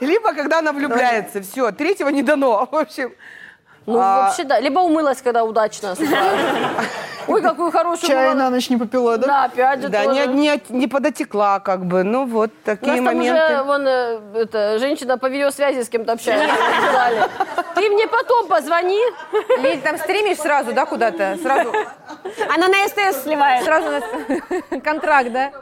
Speaker 7: либо когда она влюбляется. Все, третьего не дано. В общем,
Speaker 1: Ну,
Speaker 7: А-
Speaker 1: вообще, да. Либо умылась, когда удачно. с утра. Ой, какую хорошую
Speaker 3: Чай
Speaker 1: была.
Speaker 3: на ночь не попила, да?
Speaker 1: Да, опять же
Speaker 7: да,
Speaker 1: тоже.
Speaker 7: не, не, не подотекла как бы. Ну вот
Speaker 1: У нас
Speaker 7: такие
Speaker 1: там уже,
Speaker 7: моменты.
Speaker 1: вон, э, это, женщина по видеосвязи с кем-то общается. Сказали. Ты мне потом позвони.
Speaker 2: Или там стримишь сразу, да, куда-то? Сразу,
Speaker 4: Она на СТС сливает.
Speaker 2: сразу на- контракт, да?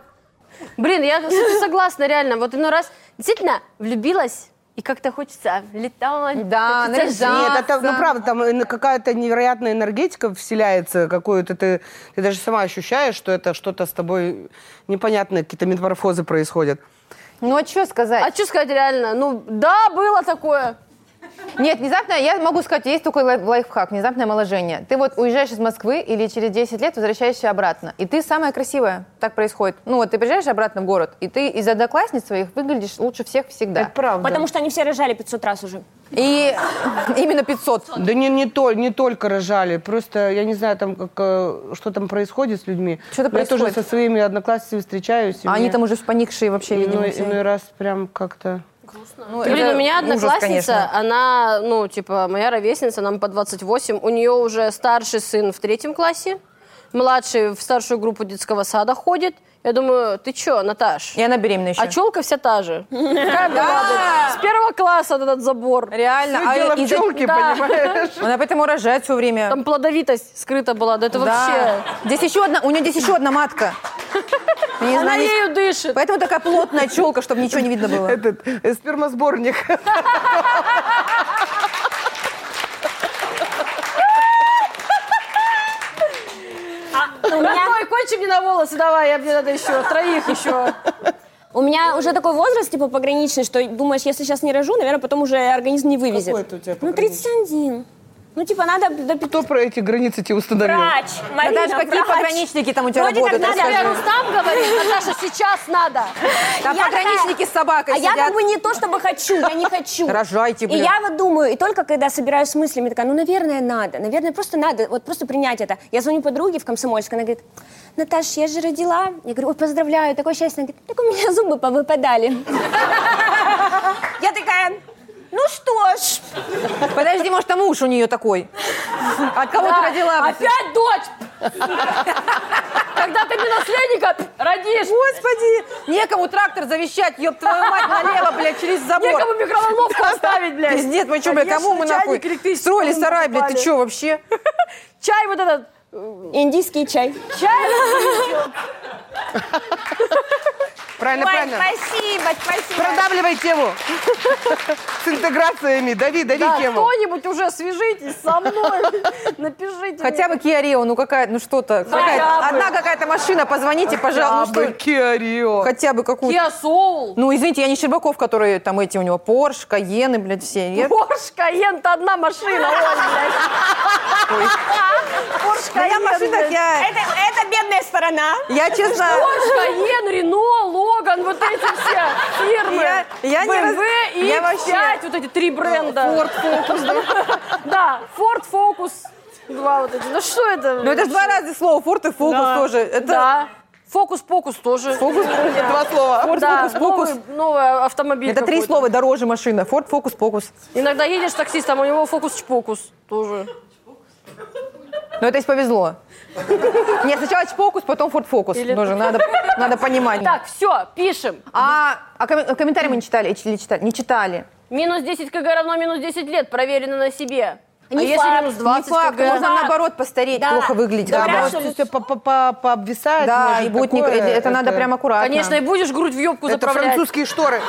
Speaker 1: Блин, я слушай, согласна, реально. Вот иной раз действительно влюбилась, и как-то хочется летать.
Speaker 2: Да,
Speaker 1: хочется
Speaker 2: наряжаться.
Speaker 1: жить.
Speaker 7: Нет, это, ну правда, там э, какая-то невероятная энергетика вселяется, какую-то ты, ты даже сама ощущаешь, что это что-то с тобой непонятное, какие-то метаморфозы происходят.
Speaker 8: Ну а что сказать?
Speaker 1: А что сказать реально? Ну, да, было такое.
Speaker 2: Нет, внезапное, я могу сказать, есть такой лай- лайфхак, внезапное омоложение. Ты вот уезжаешь из Москвы или через 10 лет возвращаешься обратно, и ты самая красивая. Так происходит. Ну вот, ты приезжаешь обратно в город, и ты из одноклассниц своих выглядишь лучше всех всегда.
Speaker 7: Это правда.
Speaker 4: Потому что они все рожали 500 раз уже.
Speaker 2: И именно 500.
Speaker 7: Да не, не, тол- не только рожали, просто я не знаю, там, как, э, что там происходит с людьми.
Speaker 2: Что-то
Speaker 7: я тоже
Speaker 2: происходит.
Speaker 7: со своими одноклассницами встречаюсь. и
Speaker 2: А они
Speaker 7: мне
Speaker 2: там уже поникшие вообще, видимо.
Speaker 7: иной,
Speaker 2: все.
Speaker 7: иной раз прям как-то...
Speaker 2: Ну,
Speaker 1: Блин,
Speaker 2: это
Speaker 1: у меня
Speaker 2: ужас,
Speaker 1: одноклассница,
Speaker 2: конечно.
Speaker 1: она, ну, типа, моя ровесница, нам по 28. У нее уже старший сын в третьем классе, младший в старшую группу детского сада ходит. Я думаю, ты чё, Наташ?
Speaker 2: И она беременна еще.
Speaker 1: А челка вся та же. Какая была, блин? С первого класса вот этот забор.
Speaker 2: Реально.
Speaker 7: Всё
Speaker 2: а
Speaker 7: Ну, дело в
Speaker 2: из-за-
Speaker 7: чёлке,
Speaker 1: Да.
Speaker 7: понимаешь?
Speaker 2: Она поэтому рожает все время.
Speaker 1: Там плодовитость скрыта была, да это вообще...
Speaker 2: Здесь еще одна, у нее здесь еще одна матка. Я Не
Speaker 1: Она
Speaker 2: знаю, здесь-
Speaker 1: ею дышит.
Speaker 2: Поэтому такая плотная челка, чтобы ничего не видно было.
Speaker 7: Этот э, спермосборник.
Speaker 4: У меня
Speaker 1: Ой, кончи мне на волосы, давай, я мне надо еще, троих еще.
Speaker 4: У меня уже такой возраст, типа, пограничный, что думаешь, если сейчас не рожу, наверное, потом уже организм не вывезет.
Speaker 7: Какой это у тебя
Speaker 4: Ну, 31. Ну, типа, надо до пяти-
Speaker 7: Кто про эти границы тебе установил?
Speaker 4: Врач, Марина,
Speaker 2: Наташа, какие
Speaker 4: врач.
Speaker 2: пограничники там у тебя
Speaker 4: Вроде
Speaker 2: работают?
Speaker 4: как надо.
Speaker 1: Я Рустам говорит, Наташа, сейчас надо.
Speaker 2: Там
Speaker 4: Я
Speaker 2: пограничники с собакой
Speaker 4: А я
Speaker 2: сидят.
Speaker 4: как бы не то, чтобы хочу, я не хочу.
Speaker 2: Рожайте, блин.
Speaker 4: И я вот думаю, и только когда собираюсь с мыслями, такая, ну, наверное, надо, наверное, просто надо, вот просто принять это. Я звоню подруге в Комсомольск, она говорит, Наташ, я же родила. Я говорю, ой, поздравляю, такое счастье. Она говорит, так у меня зубы повыпадали. Я такая, ну что ж,
Speaker 2: Подожди, может, там муж у нее такой? От кого ты родила?
Speaker 1: Опять дочь! Когда ты мне наследника родишь,
Speaker 2: Господи, некому трактор завещать, ёб твою мать, налево, блядь, через забор.
Speaker 1: некому микроволновку оставить, блядь.
Speaker 2: Пиздец, мы чё, блядь, кому мы
Speaker 1: Конечно,
Speaker 2: нахуй?
Speaker 1: чайник, электричество
Speaker 2: Строили
Speaker 1: мы
Speaker 2: сарай, блядь, ты
Speaker 1: покупали.
Speaker 2: чё вообще?
Speaker 1: Чай вот этот,
Speaker 4: индийский чай.
Speaker 7: Правильно,
Speaker 4: Ой,
Speaker 7: правильно.
Speaker 4: спасибо, спасибо.
Speaker 7: Продавливай тему. С интеграциями. Дави, дави
Speaker 1: да,
Speaker 7: тему.
Speaker 1: кто-нибудь уже свяжитесь со мной, напишите
Speaker 2: Хотя
Speaker 1: мне.
Speaker 2: бы Kia Rio, ну какая, ну что-то. какая-
Speaker 1: бы.
Speaker 2: одна какая-то машина, позвоните, пожалуйста. ну что-
Speaker 7: Киарио.
Speaker 2: Хотя бы какую-то.
Speaker 1: Kia Soul,
Speaker 2: Ну, извините, я не Щербаков, которые там эти у него Порш, Каены, блядь, все. Нет?
Speaker 1: Porsche Cayenne, это одна машина, Оль, блядь. Porsche
Speaker 2: Да я в
Speaker 1: Cayenne,
Speaker 2: машинах,
Speaker 1: блядь.
Speaker 2: я,
Speaker 4: Это, это бедная сторона.
Speaker 2: я честно...
Speaker 1: Porsche Cayenne, Renault, Логан, вот эти все фирмы.
Speaker 2: Я- я не раз-
Speaker 1: BMW,
Speaker 2: я
Speaker 1: X5,
Speaker 2: вообще-
Speaker 1: вот эти три бренда. Ford Focus, да? Да, Ford Focus. Два вот эти. Ну что это?
Speaker 2: Ну, это же два раза слова, Форт и Фокус тоже. Это...
Speaker 1: Да. Фокус-покус тоже.
Speaker 2: Фокус,
Speaker 1: Да.
Speaker 2: два слова. Форт,
Speaker 1: Да,
Speaker 2: фокус, фокус.
Speaker 1: новый- новый автомобиль
Speaker 2: Это три
Speaker 1: какой-то.
Speaker 2: слова, дороже машина. Форт, фокус, покус.
Speaker 1: Иногда едешь с таксистом, а у него фокус-чпокус тоже.
Speaker 2: Но это если повезло. Нет, сначала чпокус, потом форт, фокус.
Speaker 1: Или-
Speaker 2: Тоже надо, надо понимать.
Speaker 1: Так, все, пишем.
Speaker 2: А, а ком- комментарии мы не читали, или читали? Не читали.
Speaker 1: Минус 10 кг равно минус 10 лет, проверено на себе. а
Speaker 4: Не
Speaker 1: если
Speaker 4: факт,
Speaker 1: минус
Speaker 2: Не
Speaker 1: 20
Speaker 2: факт,
Speaker 1: кг?
Speaker 2: можно наоборот постареть,
Speaker 4: Да.
Speaker 2: плохо выглядеть.
Speaker 4: Да,
Speaker 2: наоборот.
Speaker 4: что ли?
Speaker 7: Все пообвисает.
Speaker 2: Да,
Speaker 7: может,
Speaker 2: и будет не-
Speaker 7: такое.
Speaker 2: это, это надо прям аккуратно.
Speaker 1: Конечно, и будешь грудь в ёбку
Speaker 7: Это
Speaker 1: заправлять.
Speaker 7: французские шторы.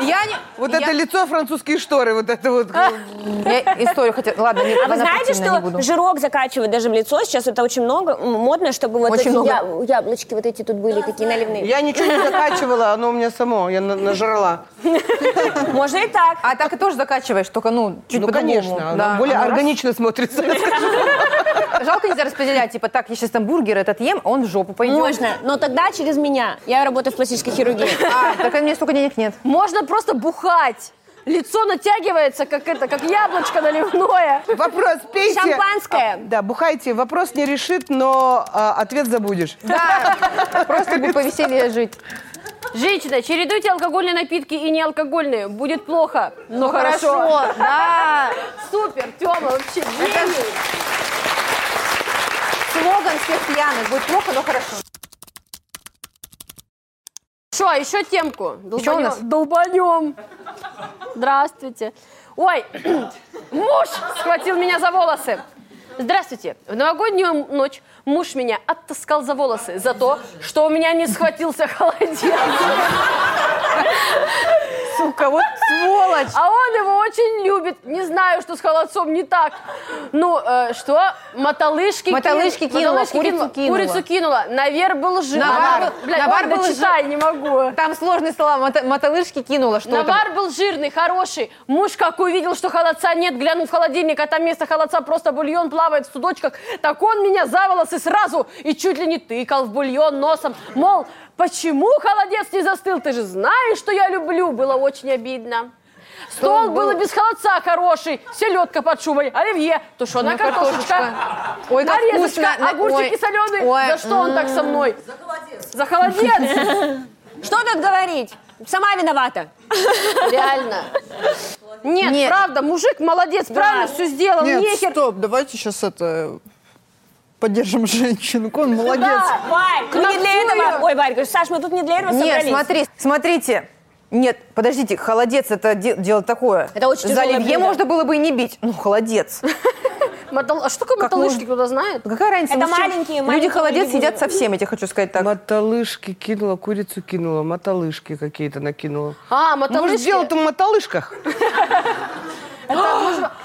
Speaker 2: Я не...
Speaker 7: Вот
Speaker 2: я-
Speaker 7: это лицо французские шторы. Вот это вот.
Speaker 2: Я историю хотела... Ладно, не,
Speaker 4: А вы
Speaker 2: ладно,
Speaker 4: знаете,
Speaker 2: противно, не буду.
Speaker 4: что жирок закачивает даже в лицо? Сейчас это очень много, м, модно, чтобы вот
Speaker 2: Очень
Speaker 4: эти
Speaker 2: много.
Speaker 4: я- яблочки вот эти тут были, такие наливные.
Speaker 7: Я ничего не закачивала, оно у меня само. Я на- нажрала.
Speaker 4: Можно и так.
Speaker 2: А так и тоже закачиваешь, только, ну, чуть
Speaker 7: Ну,
Speaker 2: по-другому.
Speaker 7: конечно. оно
Speaker 2: Да.
Speaker 7: Более
Speaker 2: Оно раз-
Speaker 7: органично смотрится. я скажу.
Speaker 2: Жалко нельзя распределять, типа, так, я сейчас там бургер этот ем, а он в жопу пойдет.
Speaker 4: Можно, но тогда через меня. Я работаю в пластической хирургии.
Speaker 2: А, так у меня столько денег нет.
Speaker 1: Можно просто бухать. Лицо натягивается, как это, как яблочко наливное.
Speaker 7: Вопрос, пейте.
Speaker 4: Шампанское.
Speaker 7: Да, бухайте. Вопрос не решит, но а, ответ забудешь.
Speaker 2: Да, просто будет повеселее жить.
Speaker 1: Женщина, чередуйте алкогольные напитки и неалкогольные. Будет плохо,
Speaker 2: Ну,
Speaker 1: но хорошо.
Speaker 2: да.
Speaker 1: Супер, Тёма, вообще
Speaker 2: Это
Speaker 1: гений.
Speaker 2: Слоган всех пьяных. Будет плохо, но хорошо.
Speaker 1: Что, еще а темку.
Speaker 2: Ещё у нас?
Speaker 1: Долбанем. Здравствуйте. Ой, муж схватил меня за волосы. Здравствуйте. В новогоднюю ночь муж меня оттаскал за волосы за то, что у меня не схватился холодильник.
Speaker 2: сука, вот сволочь.
Speaker 1: А он его очень любит. Не знаю, что с холодцом не так. Ну, э, что? Мотолышки,
Speaker 9: Мотолышки кинула, курицу кинула.
Speaker 1: Курицу кинула. Навер был жив.
Speaker 9: Навар.
Speaker 1: Навар был- Бля,
Speaker 9: Навар
Speaker 1: ладно,
Speaker 9: был
Speaker 1: читай, не могу.
Speaker 9: Там сложные слова, мото- мотолыжки кинула, что там.
Speaker 1: Навар был жирный, хороший. Муж как увидел, что холодца нет, глянул в холодильник, а там вместо холодца просто бульон плавает в судочках. Так он меня за волосы сразу и чуть ли не тыкал в бульон носом. Мол, почему холодец не застыл? Ты же знаешь, что я люблю. Было очень обидно. Стол был и без холодца хороший, селедка под шубой, оливье, тушеная
Speaker 9: На картошечка.
Speaker 1: картошечка,
Speaker 9: Ой, как
Speaker 1: нарезочка,
Speaker 9: вкусно. На-
Speaker 1: огурчики
Speaker 9: ой,
Speaker 1: соленые.
Speaker 9: ой,
Speaker 1: За что он так со мной?
Speaker 5: За холодец.
Speaker 1: За холодец!
Speaker 4: Что тут говорить? Сама виновата.
Speaker 1: Реально. Нет,
Speaker 9: Нет.
Speaker 1: правда, мужик молодец, правильно все сделал,
Speaker 3: Нет,
Speaker 1: нехер.
Speaker 3: стоп, давайте сейчас это поддержим женщинку, он молодец.
Speaker 4: Варь, ну не для этого. Ой, Варь, говоришь, Саш, мы тут не для этого
Speaker 2: Нет,
Speaker 4: собрались.
Speaker 2: смотри, смотрите. Нет, подождите, холодец это де- дело такое.
Speaker 4: Это очень
Speaker 2: За
Speaker 4: тяжелое
Speaker 2: оливье
Speaker 4: блюдо.
Speaker 2: можно было бы и не бить. Ну, холодец.
Speaker 1: Мотол- А что такое
Speaker 2: Как
Speaker 1: мотолышки,
Speaker 2: можно?
Speaker 1: кто-то знает?
Speaker 2: Какая разница?
Speaker 4: Это
Speaker 2: мы с чем-
Speaker 4: маленькие,
Speaker 2: Люди
Speaker 4: маленькие
Speaker 2: холодец
Speaker 4: люди
Speaker 2: едят
Speaker 4: будут.
Speaker 2: совсем, я тебе хочу сказать так.
Speaker 7: Мотолышки кинула, курицу кинула, мотолышки какие-то накинула.
Speaker 1: А,
Speaker 7: Может,
Speaker 1: мотолышки.
Speaker 7: дело-то в А, мотолышках?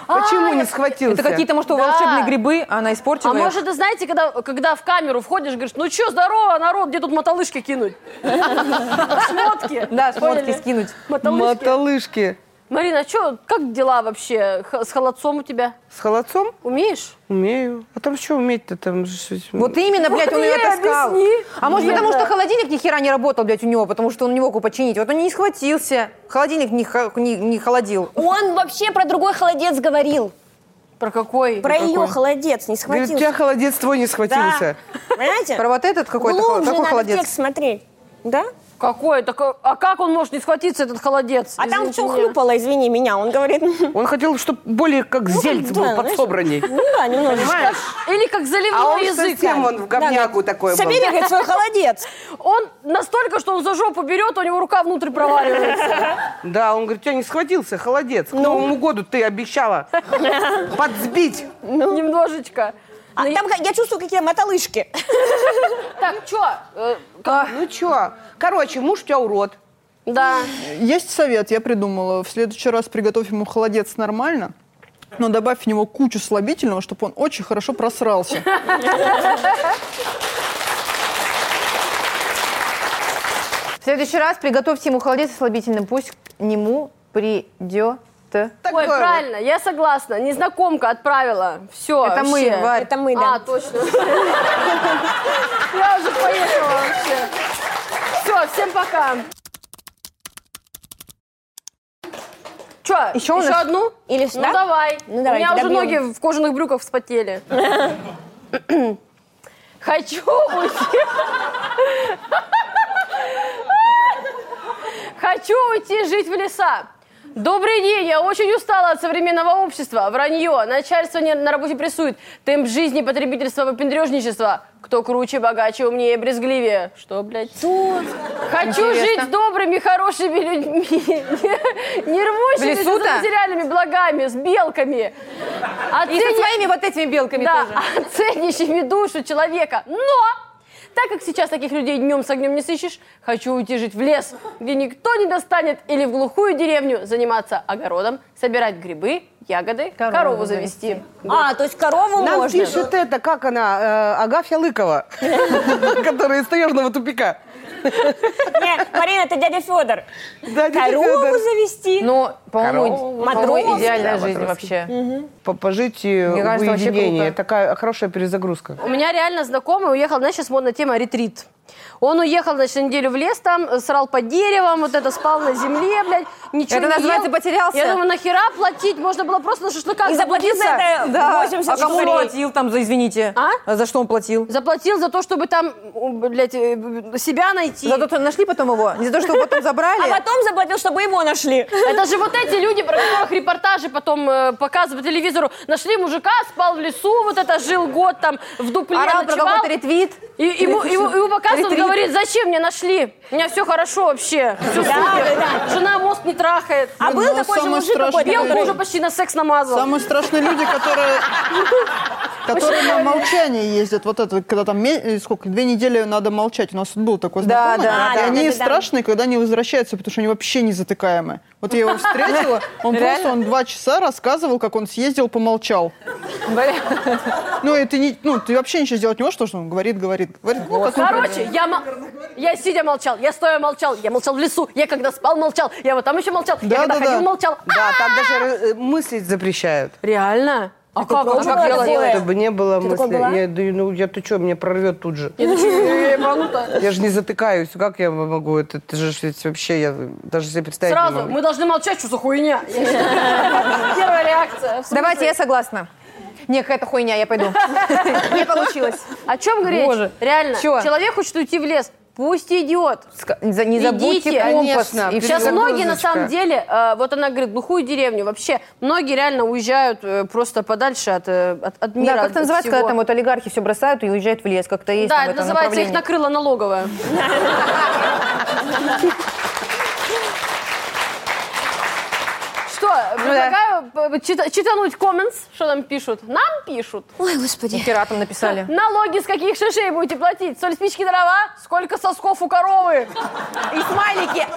Speaker 7: Почему не схватился?
Speaker 2: Это какие-то, может, у
Speaker 1: Да.
Speaker 2: волшебные грибы, а она испортила
Speaker 1: А
Speaker 2: их.
Speaker 1: может, это знаете, когда, когда в камеру входишь, говоришь, ну чё, здорово, народ, где тут мотолышки кинуть? Смотки.
Speaker 2: Да, шмотки
Speaker 1: Поняли?
Speaker 2: скинуть.
Speaker 1: Мотолышки.
Speaker 7: Мотолышки.
Speaker 1: Марина, а чё, как дела вообще Х- с холодцом у тебя?
Speaker 7: С холодцом?
Speaker 1: Умеешь?
Speaker 7: Умею. А там что уметь-то? Там же всё-
Speaker 2: Вот именно, блядь, он
Speaker 1: Вот
Speaker 2: ее
Speaker 1: я и
Speaker 2: таскал.
Speaker 1: объясни.
Speaker 2: А может,
Speaker 1: Нет,
Speaker 2: потому
Speaker 1: да.
Speaker 2: что холодильник ни хера не работал, блядь, у него, потому что он не мог его починить. Вот он и не схватился. Холодильник не, хо- не, не холодил.
Speaker 4: Он вообще про другой холодец говорил.
Speaker 1: Про какой?
Speaker 4: Про ее холодец не
Speaker 7: Говорит, у
Speaker 4: схватился.
Speaker 7: тебя холодец твой не
Speaker 4: Да.
Speaker 7: схватился.
Speaker 4: Понимаете?
Speaker 2: Про вот этот какой-то
Speaker 1: Ну.
Speaker 2: хо-
Speaker 4: Глубже
Speaker 2: такой
Speaker 4: надо
Speaker 2: холодец.
Speaker 4: текст смотреть. Да?
Speaker 1: Какой? Так, а- а как он может не схватиться, этот холодец?
Speaker 4: А там
Speaker 1: Извините
Speaker 4: что
Speaker 1: меня.
Speaker 4: хлюпало, извини меня. Он говорит, ну
Speaker 7: Он хотел, чтобы более как зельц
Speaker 4: да,
Speaker 7: был
Speaker 4: знаешь,
Speaker 7: подсобранней.
Speaker 4: да, немножечко.
Speaker 1: Или как
Speaker 7: А
Speaker 1: заливной
Speaker 7: он
Speaker 1: язык.
Speaker 7: совсем он в говняку такой был.
Speaker 4: Собери, говорит, свой холодец.
Speaker 1: Он настолько, что он за жопу берет, у него рука внутрь проваливается.
Speaker 7: Да, он говорит, тебя не схватился, холодец. К Новому году ты обещала подсбить.
Speaker 2: Ну.
Speaker 1: Немножечко.
Speaker 4: А
Speaker 1: Ну,
Speaker 4: там как- я чувствую какие-то мотолышки.
Speaker 1: Так,
Speaker 2: э,
Speaker 1: Э, что?
Speaker 2: А,
Speaker 7: Ну чё? Короче, муж у тебя урод.
Speaker 2: ну,
Speaker 1: Да.
Speaker 3: Есть совет, я придумала. В следующий раз приготовь ему холодец нормально, но добавь в него кучу слабительного, чтобы он очень хорошо просрался.
Speaker 9: В следующий раз приготовьте ему холодец со слабительным, пусть к нему придет.
Speaker 1: Ой,
Speaker 7: Такой вот.
Speaker 1: правильно, я согласна. Незнакомка отправила. Все.
Speaker 2: Это мы, Варь.
Speaker 4: Это мы,
Speaker 1: А,
Speaker 4: да.
Speaker 1: точно. Я уже поехала вообще. Все, всем пока. Че, еще,
Speaker 2: Ещё у нас-
Speaker 1: одну?
Speaker 4: Или
Speaker 1: Ну
Speaker 4: сюда?
Speaker 1: давай.
Speaker 4: Ну, давайте,
Speaker 1: У меня уже
Speaker 4: добьем.
Speaker 1: ноги в кожаных брюках вспотели. Хочу уйти. Хочу уйти жить в леса. Добрый день, я очень устала от современного общества. Вранье, начальство не- на работе прессует. Темп жизни, потребительство, выпендрежничество. Кто круче, богаче, умнее, брезгливее. Что, блядь? Хочу жить с добрыми, хорошими людьми. Не рвущимися
Speaker 2: лесу-то?
Speaker 1: за материальными благами, с белками.
Speaker 9: И со
Speaker 1: Оцени-
Speaker 9: своими вот этими белками
Speaker 1: да, а
Speaker 9: тоже.
Speaker 1: оценящими душу человека. Но, так как сейчас таких людей днем с огнем не сыщешь, хочу уйти жить в лес, где никто не достанет, или в глухую деревню заниматься огородом, собирать грибы, ягоды, корову, завести.
Speaker 4: А, то есть корову
Speaker 7: Нам
Speaker 4: можно.
Speaker 7: пишет это, как она, э, Агафья Лыкова, которая из таежного тупика.
Speaker 4: Нет, Марина, это дядя Федор.
Speaker 7: Да, дядя
Speaker 4: Корову
Speaker 7: Федор.
Speaker 4: завести.
Speaker 9: Ну, по-моему,
Speaker 7: Корову.
Speaker 9: по-моему,
Speaker 4: Матрос.
Speaker 9: идеальная
Speaker 7: Да,
Speaker 9: жизнь
Speaker 7: матрос.
Speaker 9: вообще.
Speaker 7: По- Пожить
Speaker 9: Мне
Speaker 7: э, в
Speaker 9: кажется, вообще
Speaker 7: уединении.
Speaker 9: круто.
Speaker 7: Такая хорошая перезагрузка.
Speaker 1: У меня реально знакомый уехал, знаешь, сейчас модная тема ретрит. Он уехал, значит, на неделю в лес там, э, срал под деревом, вот это спал на земле, блядь, ничего
Speaker 2: Это
Speaker 1: не
Speaker 2: называется
Speaker 1: ел.
Speaker 2: потерялся?
Speaker 1: Я думаю, нахера платить? Можно было просто на шашлыках
Speaker 4: И заплатить за
Speaker 1: заблудиться.
Speaker 4: это
Speaker 2: А Да.
Speaker 4: 80
Speaker 2: А кому он
Speaker 4: рублей.
Speaker 2: платил там за, извините?
Speaker 1: А?
Speaker 2: За что он платил?
Speaker 1: Заплатил за то, чтобы там, у, блядь, э, б- себя найти.
Speaker 2: За то, что нашли потом его? Не за то, что его потом
Speaker 4: А
Speaker 2: забрали?
Speaker 4: потом заплатил, чтобы его нашли.
Speaker 1: Это же вот эти люди, про которых репортажи потом э, показывают по телевизору. Нашли мужика, спал в лесу, вот это жил год там в дупле,
Speaker 2: Орал про
Speaker 1: ночевал.
Speaker 2: какой-то ретвит?
Speaker 1: И ему, ему, ему показывают,
Speaker 2: Ретрит.
Speaker 1: говорит, зачем меня нашли? У меня все хорошо вообще. Все супер. Жена мозг не трахает.
Speaker 4: А был
Speaker 3: Ну,
Speaker 4: такой же
Speaker 3: самое
Speaker 4: мужик
Speaker 3: страшное-
Speaker 4: какой-то,
Speaker 1: Белку
Speaker 4: который-
Speaker 1: уже почти на секс намазал.
Speaker 3: Самые страшные люди, которые Которые на молчание ездят. Вот это, когда там ме- э, сколько, две недели надо молчать. У нас тут был такой
Speaker 10: Да,
Speaker 3: знакомый.
Speaker 10: да,
Speaker 3: и
Speaker 4: да,
Speaker 3: они
Speaker 4: да, да.
Speaker 3: страшные, когда не возвращаются, потому что они вообще незатыкаемые. Вот я его встретила, он просто он два часа рассказывал, как он съездил, помолчал. Ну, и ты, не, ну, ты вообще ничего сделать не можешь, потому что он говорит, говорит, говорит. Ну, как он
Speaker 1: Короче, я, мол- я сидя молчал, я стоя молчал, я молчал в лесу, я когда спал молчал, я вот там еще молчал, я
Speaker 3: Да,
Speaker 1: когда
Speaker 3: да,
Speaker 1: ходил
Speaker 3: да.
Speaker 1: молчал.
Speaker 7: Да, там даже э, мыслить запрещают.
Speaker 1: Реально? А как?
Speaker 4: А
Speaker 1: А
Speaker 4: как
Speaker 1: как
Speaker 4: делать?
Speaker 1: делать?
Speaker 4: Э,
Speaker 7: Чтобы не было
Speaker 4: такой
Speaker 7: мысли.
Speaker 4: была?
Speaker 7: Я, да, ну, я, ты что, меня прорвет тут же.
Speaker 1: Я такая, «Э, Манута».
Speaker 7: Я же не затыкаюсь. Как я могу? Это, это же ведь вообще, я даже себе представить не
Speaker 1: Сразу,
Speaker 7: могу.
Speaker 1: мы должны молчать, что за хуйня? Первая реакция. в смысле?
Speaker 2: Давайте, я согласна. Не, какая-то хуйня, я пойду. Не получилось.
Speaker 1: О чем говорить?
Speaker 2: Боже.
Speaker 1: Реально,
Speaker 2: Чё?
Speaker 1: человек хочет уйти в лес, пусть идет.
Speaker 2: Ска- за- Не забудьте
Speaker 1: Идите,
Speaker 2: компас.
Speaker 7: конечно,
Speaker 2: и
Speaker 1: Сейчас
Speaker 2: всё.
Speaker 1: многие, на самом
Speaker 7: Загрузочка.
Speaker 1: деле, э, вот она говорит, глухую деревню, вообще, многие реально уезжают э, просто подальше от, э, от, от мира.
Speaker 2: Да, как
Speaker 1: от
Speaker 2: это называется,
Speaker 1: всего.
Speaker 2: когда там вот олигархи все бросают и уезжают в лес, как-то есть
Speaker 1: Да,
Speaker 2: там
Speaker 1: это
Speaker 2: это
Speaker 1: называется, их
Speaker 2: направление.
Speaker 1: накрыло налоговая.
Speaker 2: Ну
Speaker 1: Что, предлагаю э, чита- читануть комментс, что там пишут. Нам пишут.
Speaker 4: Ой, господи.
Speaker 2: Пиратам написали.
Speaker 1: Налоги с каких шишей будете платить? Соль, спички, дрова? Сколько сосков у коровы?
Speaker 10: И смайлики.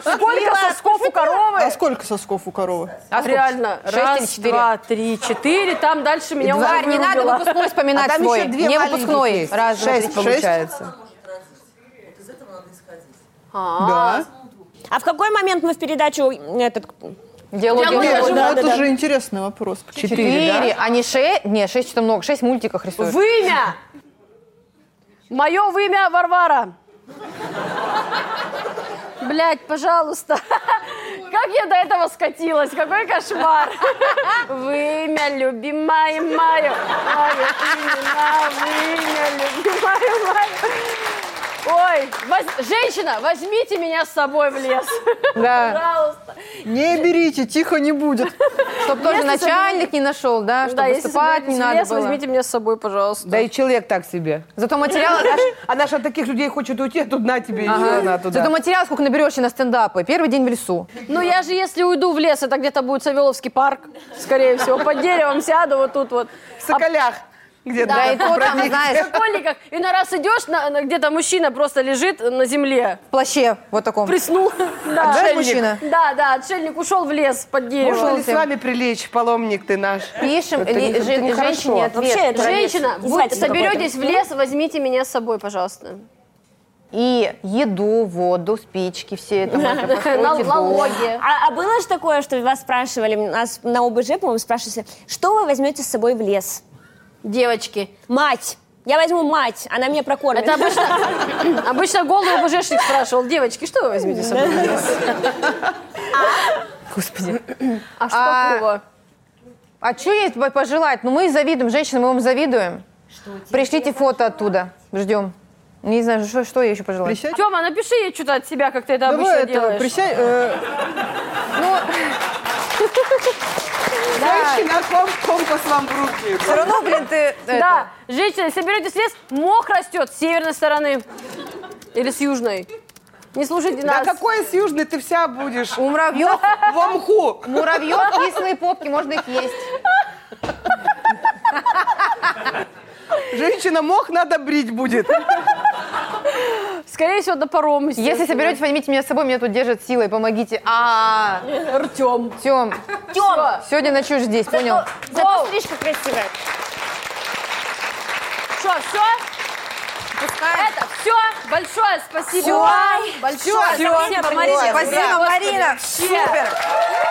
Speaker 1: Сколько сосков у коровы? А
Speaker 3: А сколько сосков у коровы?
Speaker 1: Реально.
Speaker 2: Шесть или
Speaker 1: Раз,
Speaker 2: четыре?
Speaker 1: два, три, четыре. Там дальше меня уже
Speaker 2: Варь, не надо
Speaker 1: вырубило.
Speaker 2: выпускной вспоминать
Speaker 7: А там
Speaker 2: свой.
Speaker 7: еще две
Speaker 2: не
Speaker 7: маленьких
Speaker 2: выпускной.
Speaker 7: есть.
Speaker 2: Раз, два,
Speaker 7: Шесть
Speaker 2: три, четыре.
Speaker 7: получается.
Speaker 11: может родиться. Вот из этого надо исходить.
Speaker 3: Да.
Speaker 4: А в какой момент мы в передачу этот...
Speaker 2: Диалоги. Диалоги.
Speaker 1: Диалоги.
Speaker 3: Нет,
Speaker 1: тоже
Speaker 3: ну
Speaker 1: надо,
Speaker 3: это
Speaker 1: да.
Speaker 3: же интересный вопрос.
Speaker 2: Четыре, а не шесть. Не, шесть что-то много. Шесть мультиков рисуют.
Speaker 1: Вымя! Мое вымя Варвара. Блять, пожалуйста. Как я до этого скатилась, какой кошмар. Вымя, любимая мое. Мое имя, вымя, любимая мое. Ой, воз- женщина, возьмите меня с собой в лес.
Speaker 2: Да.
Speaker 1: Пожалуйста.
Speaker 3: Не берите, тихо не будет.
Speaker 2: Чтобы тоже
Speaker 1: Если
Speaker 2: начальник не нашел, да,
Speaker 1: Да,
Speaker 2: чтобы
Speaker 1: если
Speaker 2: выступать не
Speaker 1: собираетесь в
Speaker 2: надо
Speaker 1: лес,
Speaker 2: было.
Speaker 1: возьмите меня с собой, пожалуйста.
Speaker 7: Да и человек так себе.
Speaker 2: Зато материал...
Speaker 7: А Она же от таких людей хочет уйти, а тут на тебе,
Speaker 2: Ага.
Speaker 7: и на
Speaker 2: Зато
Speaker 7: туда.
Speaker 2: материал сколько наберешь на стендапы. Первый день в лесу.
Speaker 1: Ну я же, если уйду в лес, это где-то будет Савеловский парк, скорее всего. Под деревом сяду вот тут вот.
Speaker 7: В Соколях. Где-то.
Speaker 2: Да, и то там,
Speaker 1: В
Speaker 2: знаешь,
Speaker 1: школьниках. И на раз идешь, на- на- где-то мужчина просто лежит на земле.
Speaker 2: в плаще вот таком.
Speaker 1: Приснул. Да.
Speaker 2: Знаешь,
Speaker 7: Отшельник.
Speaker 2: мужчина.
Speaker 1: Да, да, отшельник ушел в лес под дерево.
Speaker 7: Можно ли с вами прилечь, паломник ты наш?
Speaker 2: Пишем
Speaker 7: Это не-
Speaker 2: ли-
Speaker 7: это
Speaker 2: жен-
Speaker 7: нехорошо.
Speaker 2: женщине
Speaker 4: Вообще
Speaker 2: ответ.
Speaker 4: это
Speaker 1: Женщина,
Speaker 4: Издевательство
Speaker 1: вы соберетесь
Speaker 4: какое-то.
Speaker 1: в лес, возьмите меня с собой, пожалуйста.
Speaker 2: И еду, воду, спички, все это можно по ходу,
Speaker 1: На-
Speaker 2: бог.
Speaker 1: Налоги.
Speaker 4: А, а было же такое, что вас спрашивали, нас на ОБЖ, по-моему, спрашивали, что вы возьмете с собой в лес?
Speaker 1: Девочки.
Speaker 4: Мать. Я возьму мать, она меня прокормит.
Speaker 1: Это обычно, обычно голый ОБЖшник спрашивал. Девочки, что вы возьмете с собой? в лес?»
Speaker 2: Господи.
Speaker 1: А что
Speaker 2: А,
Speaker 1: такого?
Speaker 2: А что есть по- пожелать? Ну мы завидуем, женщинам, мы вам завидуем. Пришлите фото оттуда. Ждем. Не знаю, что, что я еще пожелаю.
Speaker 3: Присядь.
Speaker 1: Тема, напиши ей что-то от себя, как ты это
Speaker 7: Ну
Speaker 1: обычно
Speaker 3: Давай это,
Speaker 1: делаешь.
Speaker 3: присядь. э,
Speaker 7: Женщина, ком- компас вам в руки.
Speaker 10: Все равно, блин, ты...
Speaker 1: Да, женщины, соберетесь в лес, мох растет с северной стороны. Или с южной. Не слушайте
Speaker 7: Да
Speaker 1: нас.
Speaker 7: какой с южной ты вся будешь?
Speaker 2: У муравьев,
Speaker 7: Во мху.
Speaker 2: муравьев кислые попки, можно их есть.
Speaker 7: Женщина, мох надо брить будет.
Speaker 1: Скорее всего, до паром.
Speaker 2: Если соберетесь, возьмите меня с собой, меня тут держат силой, помогите. А,
Speaker 1: Артем.
Speaker 2: Тем,
Speaker 1: Артем!
Speaker 2: сегодня ночуешь здесь, понял?
Speaker 4: Зато стрижка красивая.
Speaker 1: Что, все? Это все. Большое спасибо.
Speaker 2: Всё.
Speaker 1: Большое
Speaker 2: Всё.
Speaker 1: спасибо, Марина.
Speaker 10: Спасибо,
Speaker 1: Господи.
Speaker 10: Марина. Супер.